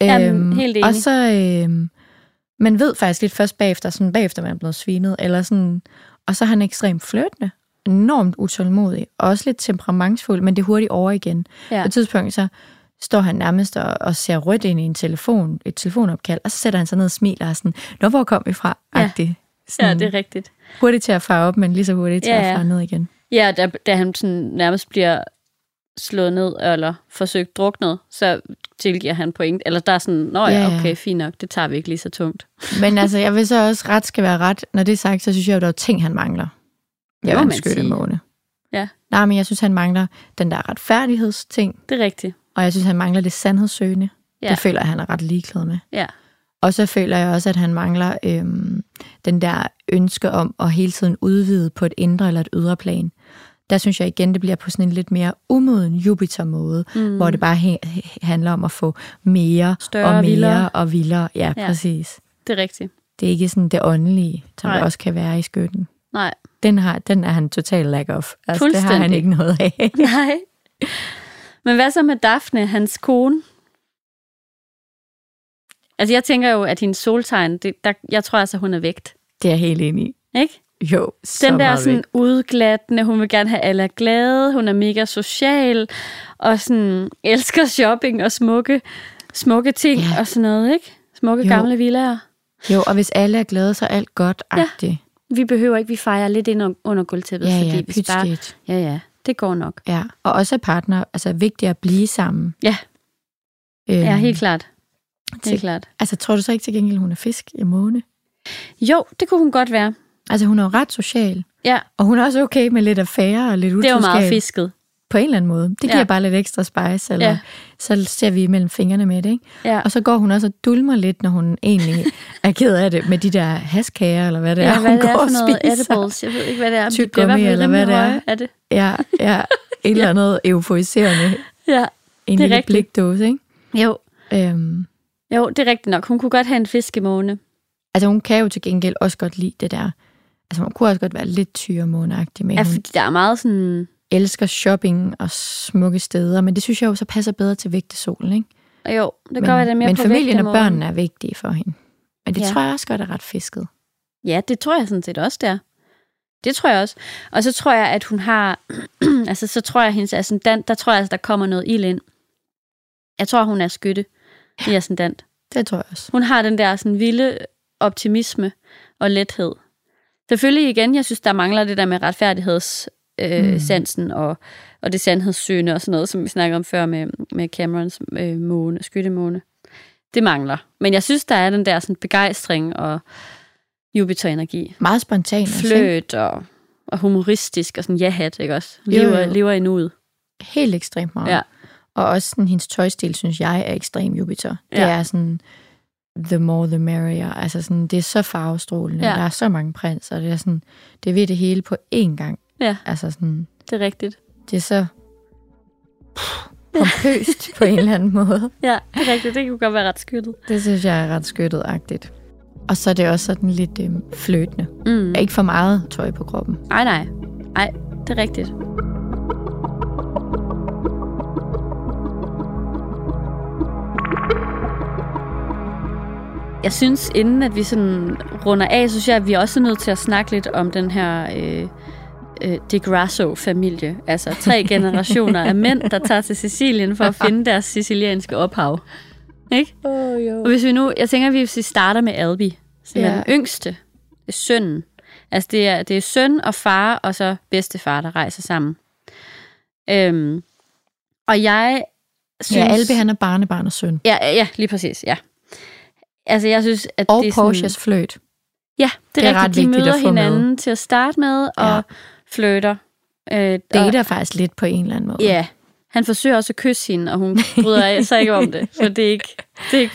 S1: Jamen, helt enig.
S2: Og så, øhm, man ved faktisk lidt først bagefter, sådan bagefter man er blevet svinet, eller sådan, og så er han ekstremt flirtende. enormt utålmodig, og også lidt temperamentsfuld, men det er hurtigt over igen. Ja. På et tidspunkt så står han nærmest og, og ser rødt ind i en telefon, et telefonopkald, og så sætter han sig ned og smiler og sådan, nå, hvor kom vi fra?
S1: Ja.
S2: Agtig.
S1: ja, det er rigtigt.
S2: Hurtigt til at fare op, men lige så hurtigt til
S1: Ja,
S2: ja, ja.
S1: ja.
S2: at fare ned igen.
S1: Ja, da, da han sådan nærmest bliver slået ned, eller forsøgt druknet, så tilgiver han point. Eller der er sådan, nå
S2: Ja,
S1: ja,
S2: ja.
S1: okay, fint nok, det tager vi ikke lige så tungt.
S2: Men altså, jeg vil så også, ret skal være ret. Når det er sagt, så synes jeg, at der er ting, han mangler.
S1: må
S2: Jeg vil
S1: man sige.
S2: skyttemåne.
S1: Ja.
S2: Nej, men jeg synes, han mangler den der retfærdighedsting,
S1: Det er rigtigt.
S2: og jeg synes, han mangler det sandhedssøgende.
S1: Ja.
S2: Ja. Det føler jeg, han er ret ligeglad med.
S1: Ja.
S2: Og så føler jeg også, at han mangler øhm, den der ønske om at hele tiden udvide på et indre eller et ydre plan. Der synes jeg igen, det bliver på sådan en lidt mere umoden Jupiter-måde, mm. hvor det bare hæ- hæ- handler om at få mere
S1: Større og
S2: og mere
S1: vildere.
S2: og vildere. Ja,
S1: Ja.
S2: ja, præcis.
S1: Det er rigtigt.
S2: Det er ikke sådan det åndelige, som
S1: Nej.
S2: der også kan være i skytten.
S1: Nej.
S2: Den, har, den er han totalt lack of. Altså, det har han
S1: Fuldstændig.
S2: ikke noget af.
S1: Nej. Men hvad så med Daphne, hans kone? Altså, jeg tænker jo, at hendes soltegn, det, der, jeg tror altså, hun er vægt.
S2: Det er jeg helt enig i.
S1: Ikke?
S2: Jo, så
S1: Den der
S2: meget
S1: sådan
S2: væk.
S1: udglattende, hun vil gerne have alle er glade, hun er mega social, og sådan elsker shopping og smukke, smukke ting
S2: Ja.
S1: og sådan noget, ikke? Smukke jo.
S2: Jo.
S1: gamle villaer.
S2: Jo, og hvis alle er glade, så er alt godt -agtigt.
S1: Vi behøver ikke, vi fejrer lidt ind un- under
S2: Ja,
S1: gulvtæppet,
S2: ja,
S1: fordi
S2: ja
S1: vi sparer...
S2: pytskæt.
S1: Ja, ja, det går nok.
S2: Ja, og også er partner, altså vigtigt at blive sammen.
S1: Ja.
S2: øhm,
S1: Ja, helt klart. Helt
S2: til-
S1: klart.
S2: Altså, tror du så ikke til gengæld, hun er fisk i måne?
S1: Jo, det kunne hun godt være.
S2: Altså, hun er jo ret social,
S1: Ja,
S2: og hun er også okay med lidt affære og lidt
S1: det er jo
S2: utroskab.
S1: meget fisket.
S2: På en eller anden måde. Det
S1: Ja.
S2: giver bare lidt ekstra spice, eller
S1: Ja.
S2: ja. så ser vi mellem fingrene med det, ikke?
S1: Ja.
S2: Og så går hun også og dulmer lidt, når hun egentlig er ked af det, med de der haskager, eller hvad det er,
S1: ja, hvad
S2: hun
S1: det er
S2: går
S1: for noget
S2: og spiser.
S1: edibles. Jeg ved ikke, hvad det er. men
S2: Tyk
S1: de bliver i hvert
S2: gummi,
S1: fald
S2: eller hvad
S1: rimelig
S2: det er.
S1: høje af det.
S2: Ja, ja, et eller andet euforiserende.
S1: Ja.
S2: En
S1: Det er
S2: lille
S1: rigtigt.
S2: blikdåse, ikke?
S1: Jo.
S2: Øhm,
S1: jo, det er rigtigt nok. Hun kunne godt have en fiskemåne.
S2: altså, hun kan jo til gengæld også godt lide det der. Altså, hun kunne også godt være lidt tyremåneagtig, men
S1: Ja,
S2: ja, hun
S1: fordi der er meget sådan...
S2: elsker shopping og smukke steder, men det synes jeg jo så passer bedre til vægte solen, ikke?
S1: Jo, det
S2: men,
S1: kan godt være, det er mere
S2: men
S1: på
S2: familien og
S1: vægtemåden.
S2: børnene er vigtige for hende. Men det
S1: Ja.
S2: ja. tror jeg også godt er ret fisket.
S1: Ja, det tror jeg sådan set også, der. Det tror jeg også. Og så tror jeg, at hun har... altså, så tror jeg, at hendes ascendant, der tror jeg, at der kommer noget ild ind. Jeg tror, hun er skytte i ascendant.
S2: Det tror jeg også.
S1: Hun har den der sådan vilde optimisme og lethed. Selvfølgelig igen, jeg synes, der mangler det der med retfærdighedssansen øh,
S2: Mm.
S1: sansen og, og det sandhedssøgende og sådan noget, som vi snakkede om før med, med Camerons øh, måne, skyttemåne. Det mangler. Men jeg synes, der er den der sådan, begejstring og Jupiter-energi.
S2: Meget spontan. også, ikke?
S1: Fløt og, og humoristisk og sådan ja-hat, ikke også?
S2: Jo, jo.
S1: Lever, lever i nuet.
S2: Helt ekstremt meget.
S1: Ja.
S2: Og også sådan, hendes tøjstil, synes jeg, er ekstrem Jupiter. Det
S1: Ja.
S2: er sådan, the more the merrier. Altså sådan, det er så farvestrålende.
S1: Ja.
S2: Ja. Der er så mange prinser. Det er sådan, det er ved det hele på én gang.
S1: Ja.
S2: Altså sådan,
S1: Det er rigtigt.
S2: det er så pff, pompøst på en eller anden måde.
S1: Ja, det er rigtigt. Det kunne godt være ret skyttet.
S2: Det synes jeg er ret skyttetagtigt. Og så er det også sådan lidt øh, fløtende.
S1: Mm.
S2: Ikke for meget tøj på kroppen.
S1: Ej, nej. Ej, det er rigtigt. Jeg synes, inden at vi sådan runder af, synes jeg, at vi er også er nødt til at snakke lidt om den her øh, øh, De Grasso-familie. Altså tre generationer af mænd, der tager til Sicilien for at finde deres sicilianske ophav. Ikke?
S2: Oh, jo.
S1: Og hvis vi nu, jeg tænker, at vi hvis vi starter med Albi, som ja. er
S2: Ja.
S1: den yngste, det er sønnen. Altså det er, det er søn og far, og så bedstefar, der rejser sammen. Øhm, og jeg synes...
S2: Ja, Albe, han er barnebarn og søn.
S1: Ja, øh, ja, lige præcis, ja. Altså jeg synes, at
S2: Og
S1: det er sådan-
S2: Porsches fløt.
S1: Ja, det er, det er
S2: ret
S1: rigtigt. De
S2: vigtigt at
S1: møder
S2: få med.
S1: hinanden med. til at starte med, og ja.
S2: Ja.
S1: flytter. Øh, og-
S2: Dater faktisk lidt på en eller anden måde.
S1: Ja, han forsøger også at kysse hende, og hun bryder sig ikke om det, for det er ikke... Det er ikke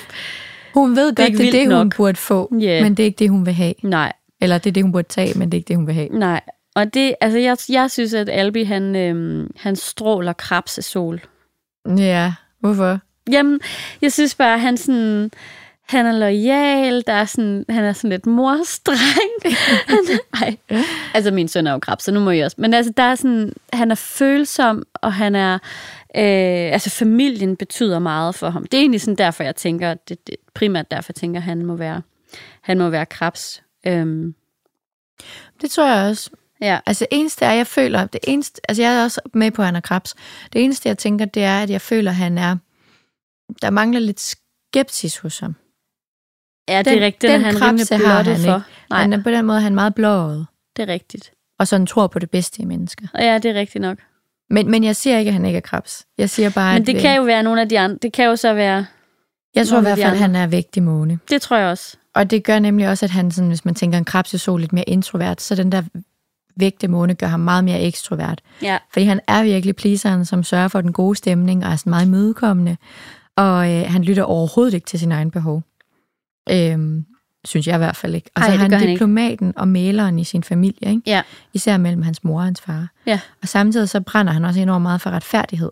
S2: Hun ved godt, det
S1: ikke
S2: er det,
S1: vildt
S2: det hun
S1: nok.
S2: burde få,
S1: Ja.
S2: men det er ikke det, hun vil have.
S1: nej,
S2: Eller det er det, hun burde tage, men det er ikke det, hun vil have.
S1: Nej, og det, altså jeg, jeg synes, at Albi, han, øhm, han stråler krabs af sol.
S2: Ja, hvorfor?
S1: Jamen, jeg synes bare, han sådan... Han er lojal, der er sådan, han er sådan lidt morstreng. han, ej. Altså, min søn er jo krabs, så nu må jeg også. Men altså, der er sådan, han er følsom, og han er... Øh, altså, familien betyder meget for ham. Det er egentlig sådan derfor, jeg tænker, at det, det, primært derfor, jeg tænker, han må være, han må være krabs. Øhm,
S2: Det tror jeg også.
S1: Ja.
S2: Altså det eneste er, jeg føler, det eneste, altså jeg er også med på, at han er krebs. Det eneste, jeg tænker, det er, at jeg føler, at han er, der mangler lidt skepsis hos ham.
S1: Ja, det er
S2: Den-
S1: rigtigt, den,
S2: den
S1: den han er
S2: krebs
S1: rimelig
S2: har
S1: blottet
S2: han
S1: for. Nej,
S2: Han er på den måde, han er meget blåret,
S1: det er rigtigt.
S2: og sådan tror på det bedste i mennesker.
S1: Og ja, det er rigtigt nok.
S2: Men, men jeg siger ikke, at han ikke er krebs. Jeg siger bare,
S1: Men
S2: at
S1: det
S2: øh,
S1: kan jo være nogle af de andre. Det kan jo så være...
S2: jeg tror i
S1: nogle af
S2: hvert
S1: de
S2: fald, at han
S1: andre.
S2: er vægtig måne.
S1: Det tror jeg også.
S2: Og det gør nemlig også, at han, sådan, hvis man tænker en krebsesol lidt mere introvert, så den der vægte måne gør ham meget mere ekstrovert.
S1: Ja.
S2: Fordi han er virkelig pleaseren, som sørger for den gode stemning og er sådan meget imødekommende. Og øh, han lytter overhovedet ikke til sine egne behov. Øhm, synes jeg i hvert fald ikke. Og så
S1: Ej,
S2: er
S1: det
S2: han
S1: gør han ikke.
S2: diplomaten og maleren i sin familie, ikke?
S1: Ja.
S2: især mellem hans mor og hans far.
S1: Ja.
S2: Og samtidig så brænder han også enormt meget for retfærdighed.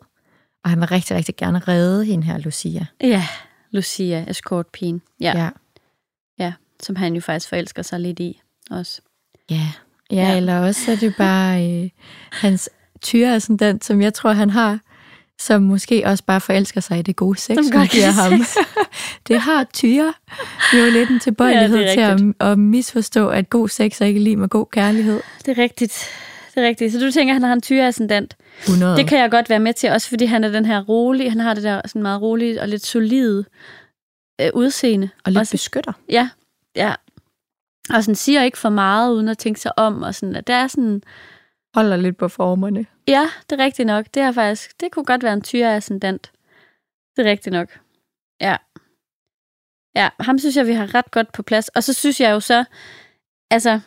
S2: Og han vil rigtig, rigtig gerne redde hende her, Lucia.
S1: Ja, Lucia Escortpin. Ja, ja.
S2: ja.
S1: som han jo faktisk forelsker sig lidt i også.
S2: Ja. ja,
S1: Ja.
S2: eller også er det bare øh, hans tyre er sådan den, som jeg tror, han har, som måske også bare forelsker sig i det gode sex,
S1: Som godt kan
S2: giver
S1: lide
S2: ham. det har tyre jo lidt en tilbøjelighed
S1: Ja, det
S2: til
S1: er
S2: at, at misforstå, at god sex er ikke lige med god kærlighed.
S1: Det er rigtigt. Det er rigtigt. Så du tænker, at han har en tyreascendant.
S2: 100.
S1: Det kan jeg godt være med til, også fordi han er den her rolig, han har det der sådan meget rolige og lidt solide øh, udseende.
S2: og lidt
S1: også-
S2: beskytter.
S1: Ja, ja. Og sådan siger ikke for meget, uden at tænke sig om, og sådan, at der er sådan,
S2: Holder lidt på formerne.
S1: ja, det er rigtigt nok, det er faktisk, det kunne godt være en tyreascendant. Det er rigtigt nok. Ja. Ja, ham synes jeg, vi har ret godt på plads. Og så synes jeg jo så, altså,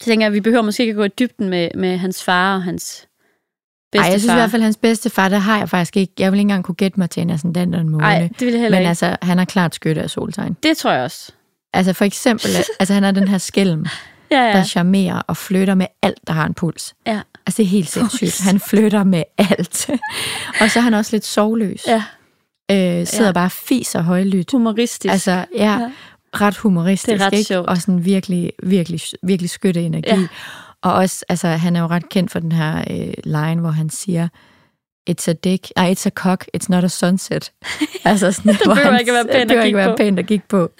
S1: så tænker jeg, vi behøver måske ikke at gå i dybden med, med hans far og hans bedste
S2: Nej, jeg synes i hvert fald, at hans bedste far, der har jeg faktisk ikke. Jeg vil ikke engang kunne gætte mig til en ascendant og en måne.
S1: Nej, det vil jeg heller
S2: men
S1: ikke.
S2: altså, han er klart skytte af soltegn.
S1: Det tror jeg også.
S2: Altså for eksempel, altså han er den her skælm.
S1: Ja, ja.
S2: der charmerer og flytter med alt, der har en puls.
S1: Ja.
S2: Altså, det er helt sindssygt. Han flytter med alt. og så er han også lidt sovløs.
S1: ja.
S2: Øh, sidder
S1: Ja.
S2: bare og fiser højlydt.
S1: Humoristisk. Altså,
S2: Altså, ja, ja, ret humoristisk.
S1: Det er ret
S2: ikke?
S1: sjovt.
S2: Og sådan virkelig, virkelig, virkelig skytte energi.
S1: Ja.
S2: Ja. Og også, altså, han er jo ret kendt for den her øh, line, hvor han siger, it's a dick, nej, it's a cock, it's not a sunset. Altså sådan, det
S1: behøver ikke at være pænt at
S2: behøver
S1: kigge
S2: ikke være
S1: på.
S2: pænt at kigge på.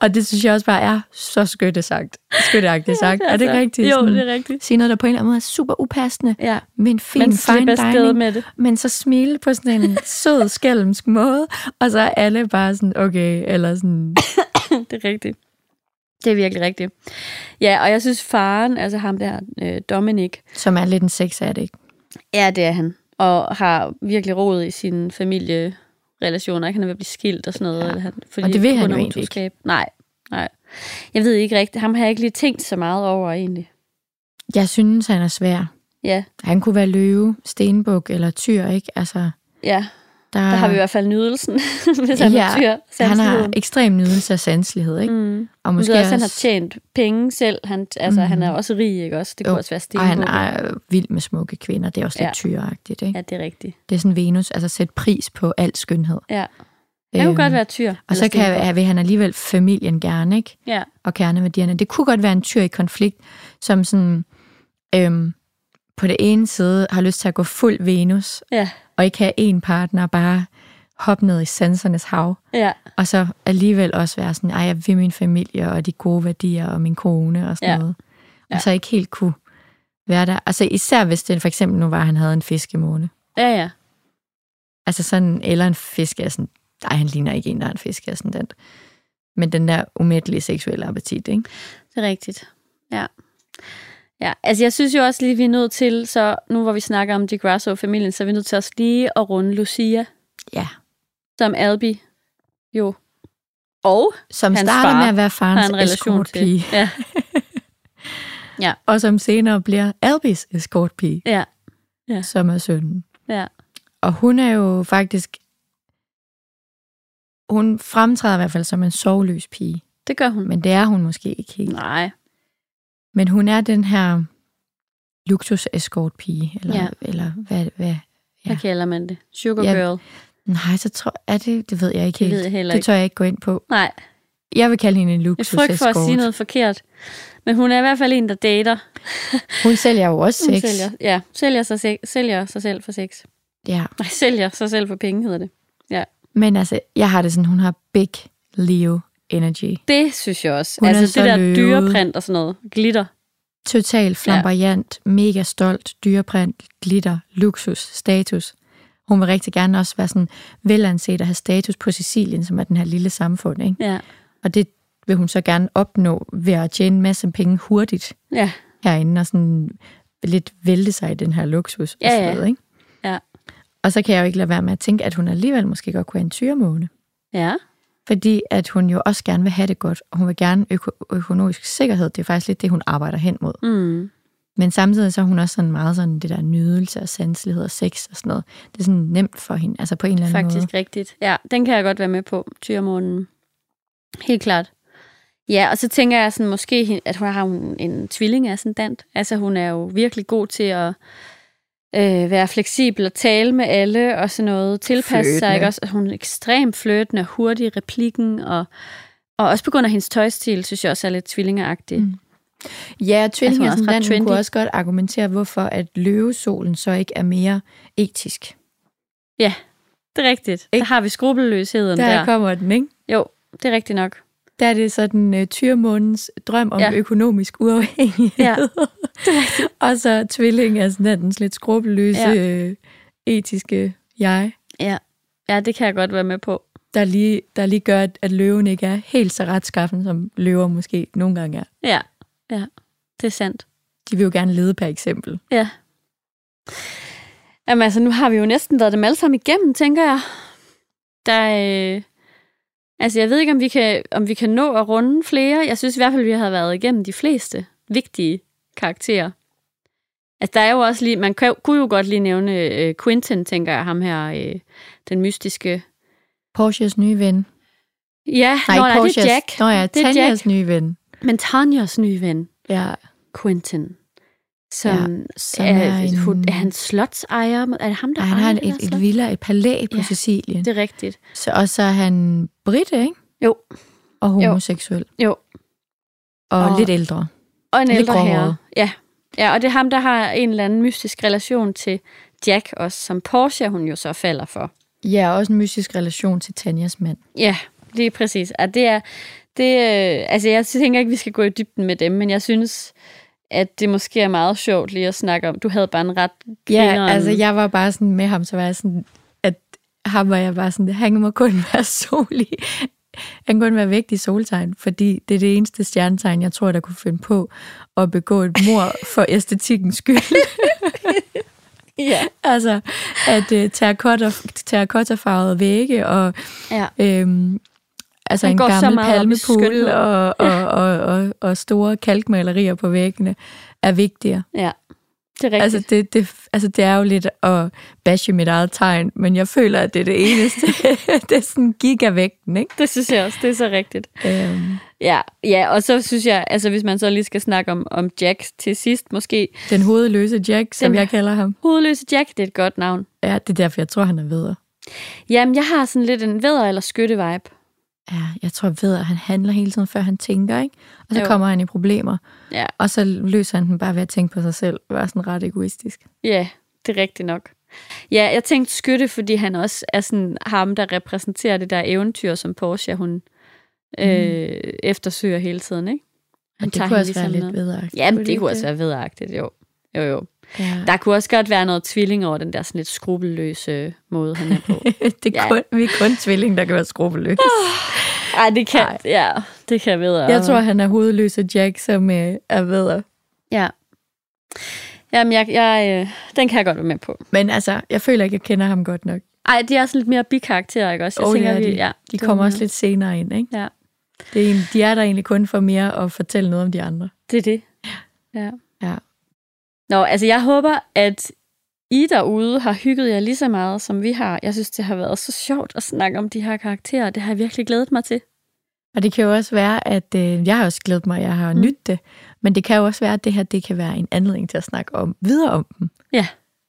S2: og det synes jeg også bare er så skøtte sagt. Skøtteagtigt sagt. er det ikke rigtigt?
S1: Altså, Jo,
S2: Sådan-
S1: det er rigtigt.
S2: sige noget, der på en eller anden måde er super upassende,
S1: Ja.
S2: men fin,
S1: Man
S2: men fine
S1: slipper afsted
S2: dining,
S1: med det.
S2: men så smile på sådan en sød, skælmsk måde, og så er alle bare sådan, okay, eller sådan,
S1: det er rigtigt. Det er virkelig rigtigt. Ja, og jeg synes faren, altså ham der, øh, Dominik,
S2: som er lidt en sex addict.
S1: ja, det er han. Og har virkelig rodet i sine familierelationer. Ikke? Han er ved at blive skilt og sådan noget.
S2: Ja.
S1: Eller han, fordi
S2: Og det vil
S1: på
S2: han
S1: grund
S2: jo
S1: af
S2: egentlig ikke.
S1: utroskab. Nej, nej. Jeg ved ikke rigtigt. Ham har jeg ikke lige tænkt så meget over egentlig.
S2: Jeg synes, han er svær.
S1: Ja,
S2: Han kunne være løve, stenbuk eller tyr, ikke? Altså,
S1: ja.
S2: der,
S1: Der har vi i hvert fald nydelsen, hvis han ja, er tyr.
S2: Ah. han har
S1: sanseligheden.
S2: ekstrem nydelse og sanselighed, ikke?
S1: Mm.
S2: Og
S1: Måske ved også, han har tjent penge selv. Han, altså, mm. han er også rig, ikke også? Det
S2: Jo.
S1: kunne også være
S2: og han
S1: stenbukken.
S2: er vild med smukke kvinder, det er også lidt
S1: Ja.
S2: ja. tyreagtigt, ikke?
S1: Ja, det er rigtigt.
S2: Det er sådan Venus, altså sæt pris på al skønhed.
S1: Ja. Han kunne godt være tyr.
S2: Øhm, Og så kan, jeg- vil han alligevel familien gerne, ikke?
S1: Ja,
S2: og kerneværdierne. Det kunne godt være en tyr i konflikt, som sådan, øhm, på det ene side har lyst til at gå fuld Venus,
S1: ja,
S2: og ikke have en partner og bare hoppe ned i sansernes hav,
S1: ja.
S2: og så alligevel også være sådan, ej, jeg vil min familie og de gode værdier og min kone og sådan
S1: Ja.
S2: ja. noget. Og så ikke helt kunne være der. Altså især hvis det for eksempel nu var, at han havde en fiskemåne.
S1: Ja, ja.
S2: Altså sådan, eller en fisk er sådan, nej, han ligner ikke en, der er en fisk er sådan den. Men den der umættelige seksuelle appetit, ikke?
S1: Det er rigtigt. Ja. Ja, altså jeg synes jo også lige, vi er nødt til, så nu hvor vi snakker om de Grasso-familien, så er vi nødt til også lige at runde Lucia,
S2: Ja.
S1: som Albi jo og
S2: som
S1: Hans
S2: Hans starter
S1: far
S2: med at være
S1: har
S2: farens
S1: en relation til.
S2: escortpige,
S1: Ja,
S2: og som senere bliver Albis escortpige,
S1: ja,
S2: som er sønnen.
S1: ja.
S2: Og hun er jo faktisk... Hun fremtræder i hvert fald som en sovløs pige,
S1: Det gør hun.
S2: men det er hun måske ikke helt.
S1: Mm. Nej,
S2: Men hun er den her luksus escortpige, eller,
S1: Ja.
S2: ja. eller hvad, hvad...
S1: hvad
S2: Ja.
S1: kalder man det? Sugar
S2: Ja.
S1: girl.
S2: Nej, så tror er det... Det ved jeg ikke
S1: Det
S2: helt.
S1: ved jeg heller
S2: det
S1: ikke.
S2: tør jeg ikke gå ind på.
S1: Nej,
S2: Jeg vil kalde hende en
S1: jeg
S2: luksus
S1: frygt for at sige noget forkert. Men hun er i hvert fald en, der dater.
S2: Hun sælger jo også
S1: Hun
S2: sex.
S1: sælger, ja, sælger sig, se- sælger sig selv for sex.
S2: Ja.
S1: Nej, sælger sig selv for penge, hedder det.
S2: Men altså, jeg har det sådan, hun har big Leo energy.
S1: Det synes jeg også.
S2: Hun er
S1: altså
S2: så
S1: det der
S2: løvet.
S1: dyreprint og sådan noget. Glitter.
S2: Total flamboyant, ja. mega stolt, dyreprint, glitter, luksus, status. Hun vil rigtig gerne også være sådan velanset og have status på Sicilien, som er den her lille samfund. Ikke?
S1: Ja.
S2: Og det vil hun så gerne opnå ved at tjene en masse penge hurtigt
S1: Ja.
S2: herinde og sådan lidt vælte sig i den her luksus.
S1: Ja,
S2: og
S1: ja.
S2: sådan noget, ikke?
S1: Ja.
S2: Og så kan jeg jo ikke lade være med at tænke, at hun alligevel måske godt kunne have en tyremåne.
S1: Ja.
S2: Fordi at hun jo også gerne vil have det godt, og hun vil gerne øko- økonomisk sikkerhed. Det er faktisk lidt det, hun arbejder hen mod.
S1: Mm.
S2: Men samtidig så er hun også sådan meget sådan det der nydelse og sanselighed og sex og sådan noget. Det er sådan nemt for hende, altså på en eller anden
S1: Faktisk
S2: måde.
S1: rigtigt. Ja, den kan jeg godt være med på, tyremånen. Helt klart. Ja, og så tænker jeg sådan, måske, hin- at hun har hun en tvilling ascendant. Altså, hun er jo virkelig god til at øh, være fleksibel og tale med alle og sådan noget. Tilpasse sig,
S2: Flirtende.
S1: ikke? Også, hun er ekstremt fløtende og hurtig i replikken. Og, og også på grund af hendes tøjstil, synes jeg også er lidt tvillingeragtig. Mm.
S2: Ja, og
S1: Altså, hun er
S2: tvillinger
S1: også
S2: altså,
S1: ret
S2: sådan,
S1: trendy.
S2: kunne også godt argumentere, hvorfor at løvesolen så ikke er mere etisk.
S1: Det er rigtigt. Der
S2: Ikke?
S1: har vi skrupelløsheden der.
S2: Der,
S1: der.
S2: kommer den, ikke?
S1: Jo, det er rigtigt nok.
S2: Der er det sådan uh, tyrmånens drøm om
S1: Ja.
S2: ja. økonomisk uafhængighed.
S1: Ja.
S2: og så tvilling er sådan dens lidt skrupelløse ja. øh, etiske jeg,
S1: Ja. ja, det kan jeg godt være med på.
S2: der lige, der lige gør, at, at løven ikke er helt så retskaffen, som løver måske nogle gange er.
S1: Ja, ja, det er sandt.
S2: De vil jo gerne lede per eksempel.
S1: Ja. Jamen altså, nu har vi jo næsten været dem alle sammen igennem, tænker jeg. Der øh, Altså, jeg ved ikke, om vi, kan, om vi kan nå at runde flere. Jeg synes i hvert fald, vi har været igennem de fleste vigtige karakterer. Altså, der er jo også lige... Man kan, kunne jo godt lige nævne øh, Quentin, tænker jeg, ham her, øh, den mystiske...
S2: Porsches nye ven.
S1: Ja, nej, nå, nej det
S2: Porsches.
S1: er Jack.
S2: Nå ja,
S1: Det er
S2: Tanjas nye ven.
S1: Men Tanjas nye ven,
S2: Ja,
S1: Quentin, som ja,
S2: som
S1: er,
S2: er en-
S1: en... er han slotsejer? Er det ham, der
S2: og han
S1: ejer
S2: har en,
S1: det der
S2: et, et
S1: slot?
S2: villa, et palæ
S1: Ja.
S2: på ja. Sicilien.
S1: Det er rigtigt.
S2: Så, og så er han britte, ikke?
S1: Jo.
S2: Og homoseksuel.
S1: Jo.
S2: Og,
S1: Og-
S2: og lidt ældre.
S1: Og en
S2: Lidt
S1: ældre herre.
S2: gråhåret.
S1: Ja. ja, og det er ham, der har en eller anden mystisk relation til Jack også, som Portia hun jo så falder for.
S2: Ja, og også en mystisk relation til Tanjas mand.
S1: Ja, lige præcis. Og det er, det, øh, altså jeg tænker ikke, vi skal gå i dybden med dem, men jeg synes, at det måske er meget sjovt lige at snakke om. Du havde bare en ret
S2: Ja,
S1: grineren-
S2: altså jeg var bare sådan med ham, så var jeg sådan, at ham var jeg bare sådan, han må kun være solig. Han kunne kun være vægt i soltegn, fordi det er det eneste stjernetegn, jeg tror, der kunne finde på at begå et mor for æstetikkens skyld.
S1: Ja.
S2: altså, at øh, terracotta- terracotta-farvede vægge og
S1: ja.
S2: Øhm, altså
S1: Han
S2: en
S1: går så
S2: gammel
S1: meget op i skønhed.
S2: palmepul og, og, og, og, og store kalkmalerier på væggene er vigtigere.
S1: Ja, det er rigtigt.
S2: Altså det, det, altså det er jo lidt at bashe mit eget tegn, men jeg føler, at det er det eneste. det er sådan gigavægten, ikke?
S1: det synes jeg også, det er så rigtigt.
S2: Øhm,
S1: Ja, ja, og så synes jeg, altså hvis man så lige skal snakke om, om Jack til sidst måske.
S2: den hovedløse Jack, som
S1: Den-
S2: jeg kalder ham.
S1: Hovedløse Jack, det er et godt navn.
S2: Ja, det er derfor, jeg tror, han er videre.
S1: Jamen, jeg har sådan lidt en vædder eller skytte vibe.
S2: Ja, jeg tror, ved at han handler hele tiden, før han tænker, ikke? Og så
S1: Jo.
S2: jo. kommer han i problemer,
S1: Ja,
S2: og så løser han den bare ved at tænke på sig selv. Var sådan ret egoistisk.
S1: ja, det er rigtigt nok. Ja, jeg tænkte skytte, fordi han også er sådan ham, der repræsenterer det der eventyr, som Porsche, hun mm. øh, eftersøger hele tiden, ikke?
S2: Men det
S1: tager
S2: kunne
S1: hende
S2: også være
S1: ligesom
S2: lidt
S1: med.
S2: videre.
S1: Jamen, det kunne også være vedagtigt, jo. Jo, jo.
S2: Ja.
S1: Der kunne også godt være noget tvilling over den der sådan lidt skrupelløse måde, han er på.
S2: det er
S1: Ja.
S2: kun, vi er kun tvilling, der kan være skrupelløs.
S1: Ej, det kan, ja, det kan jeg ved.
S2: Jeg tror, han er hovedløs af Jack, som øh, er ved.
S1: Ja. Jamen, jeg, jeg, øh, den kan jeg godt være med på.
S2: Men altså, jeg føler ikke, jeg kender ham godt nok.
S1: Ej, de er også lidt mere bikarakterer, ikke også? Jeg
S2: Åh, det er
S1: vi,
S2: Oh, de.
S1: ja,
S2: De
S1: det
S2: kommer
S1: er-
S2: også lidt senere ind, ikke?
S1: Ja,
S2: Det er en, de er der egentlig kun for mere at fortælle noget om de andre.
S1: det er det. Ja.
S2: Ja.
S1: Nå, altså jeg håber, at I derude har hygget jer lige så meget, som vi har. Jeg synes, det har været så sjovt at snakke om de her karakterer. Det har jeg virkelig glædet mig til.
S2: Og det kan jo også være, at øh, jeg har også glædet mig, jeg har
S1: Mm.
S2: nydt det. Men det kan jo også være, at det her det kan være en anledning til at snakke om videre om dem.
S1: Ja.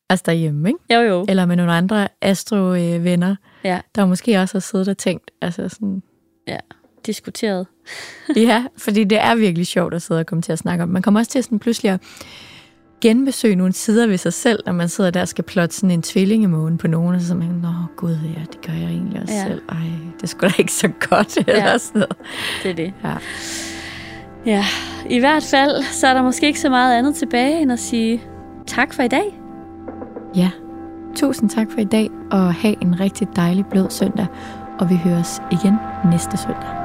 S2: Altså derhjemme, ikke?
S1: Jo, jo.
S2: Eller med nogle andre astro-venner,
S1: Ja.
S2: der måske også har siddet og tænkt, altså sådan,
S1: Diskuteret.
S2: Ja, fordi det er virkelig sjovt at sidde og komme til at snakke om. Man kommer også til sådan pludselig at genbesøge nogle sider ved sig selv, når man sidder der og skal plotte sådan en tvillingemåne på nogen, og så er man, nå gud, ja, det gør jeg egentlig også
S1: Ja.
S2: ja. selv. Ej, det skulle da ikke så godt, eller sådan noget.
S1: Det er det.
S2: Ja.
S1: Ja. i hvert fald, så er der måske ikke så meget andet tilbage end at sige tak for i dag.
S2: Ja, tusind tak for i dag, og have en rigtig dejlig blød søndag, og vi høres igen næste søndag.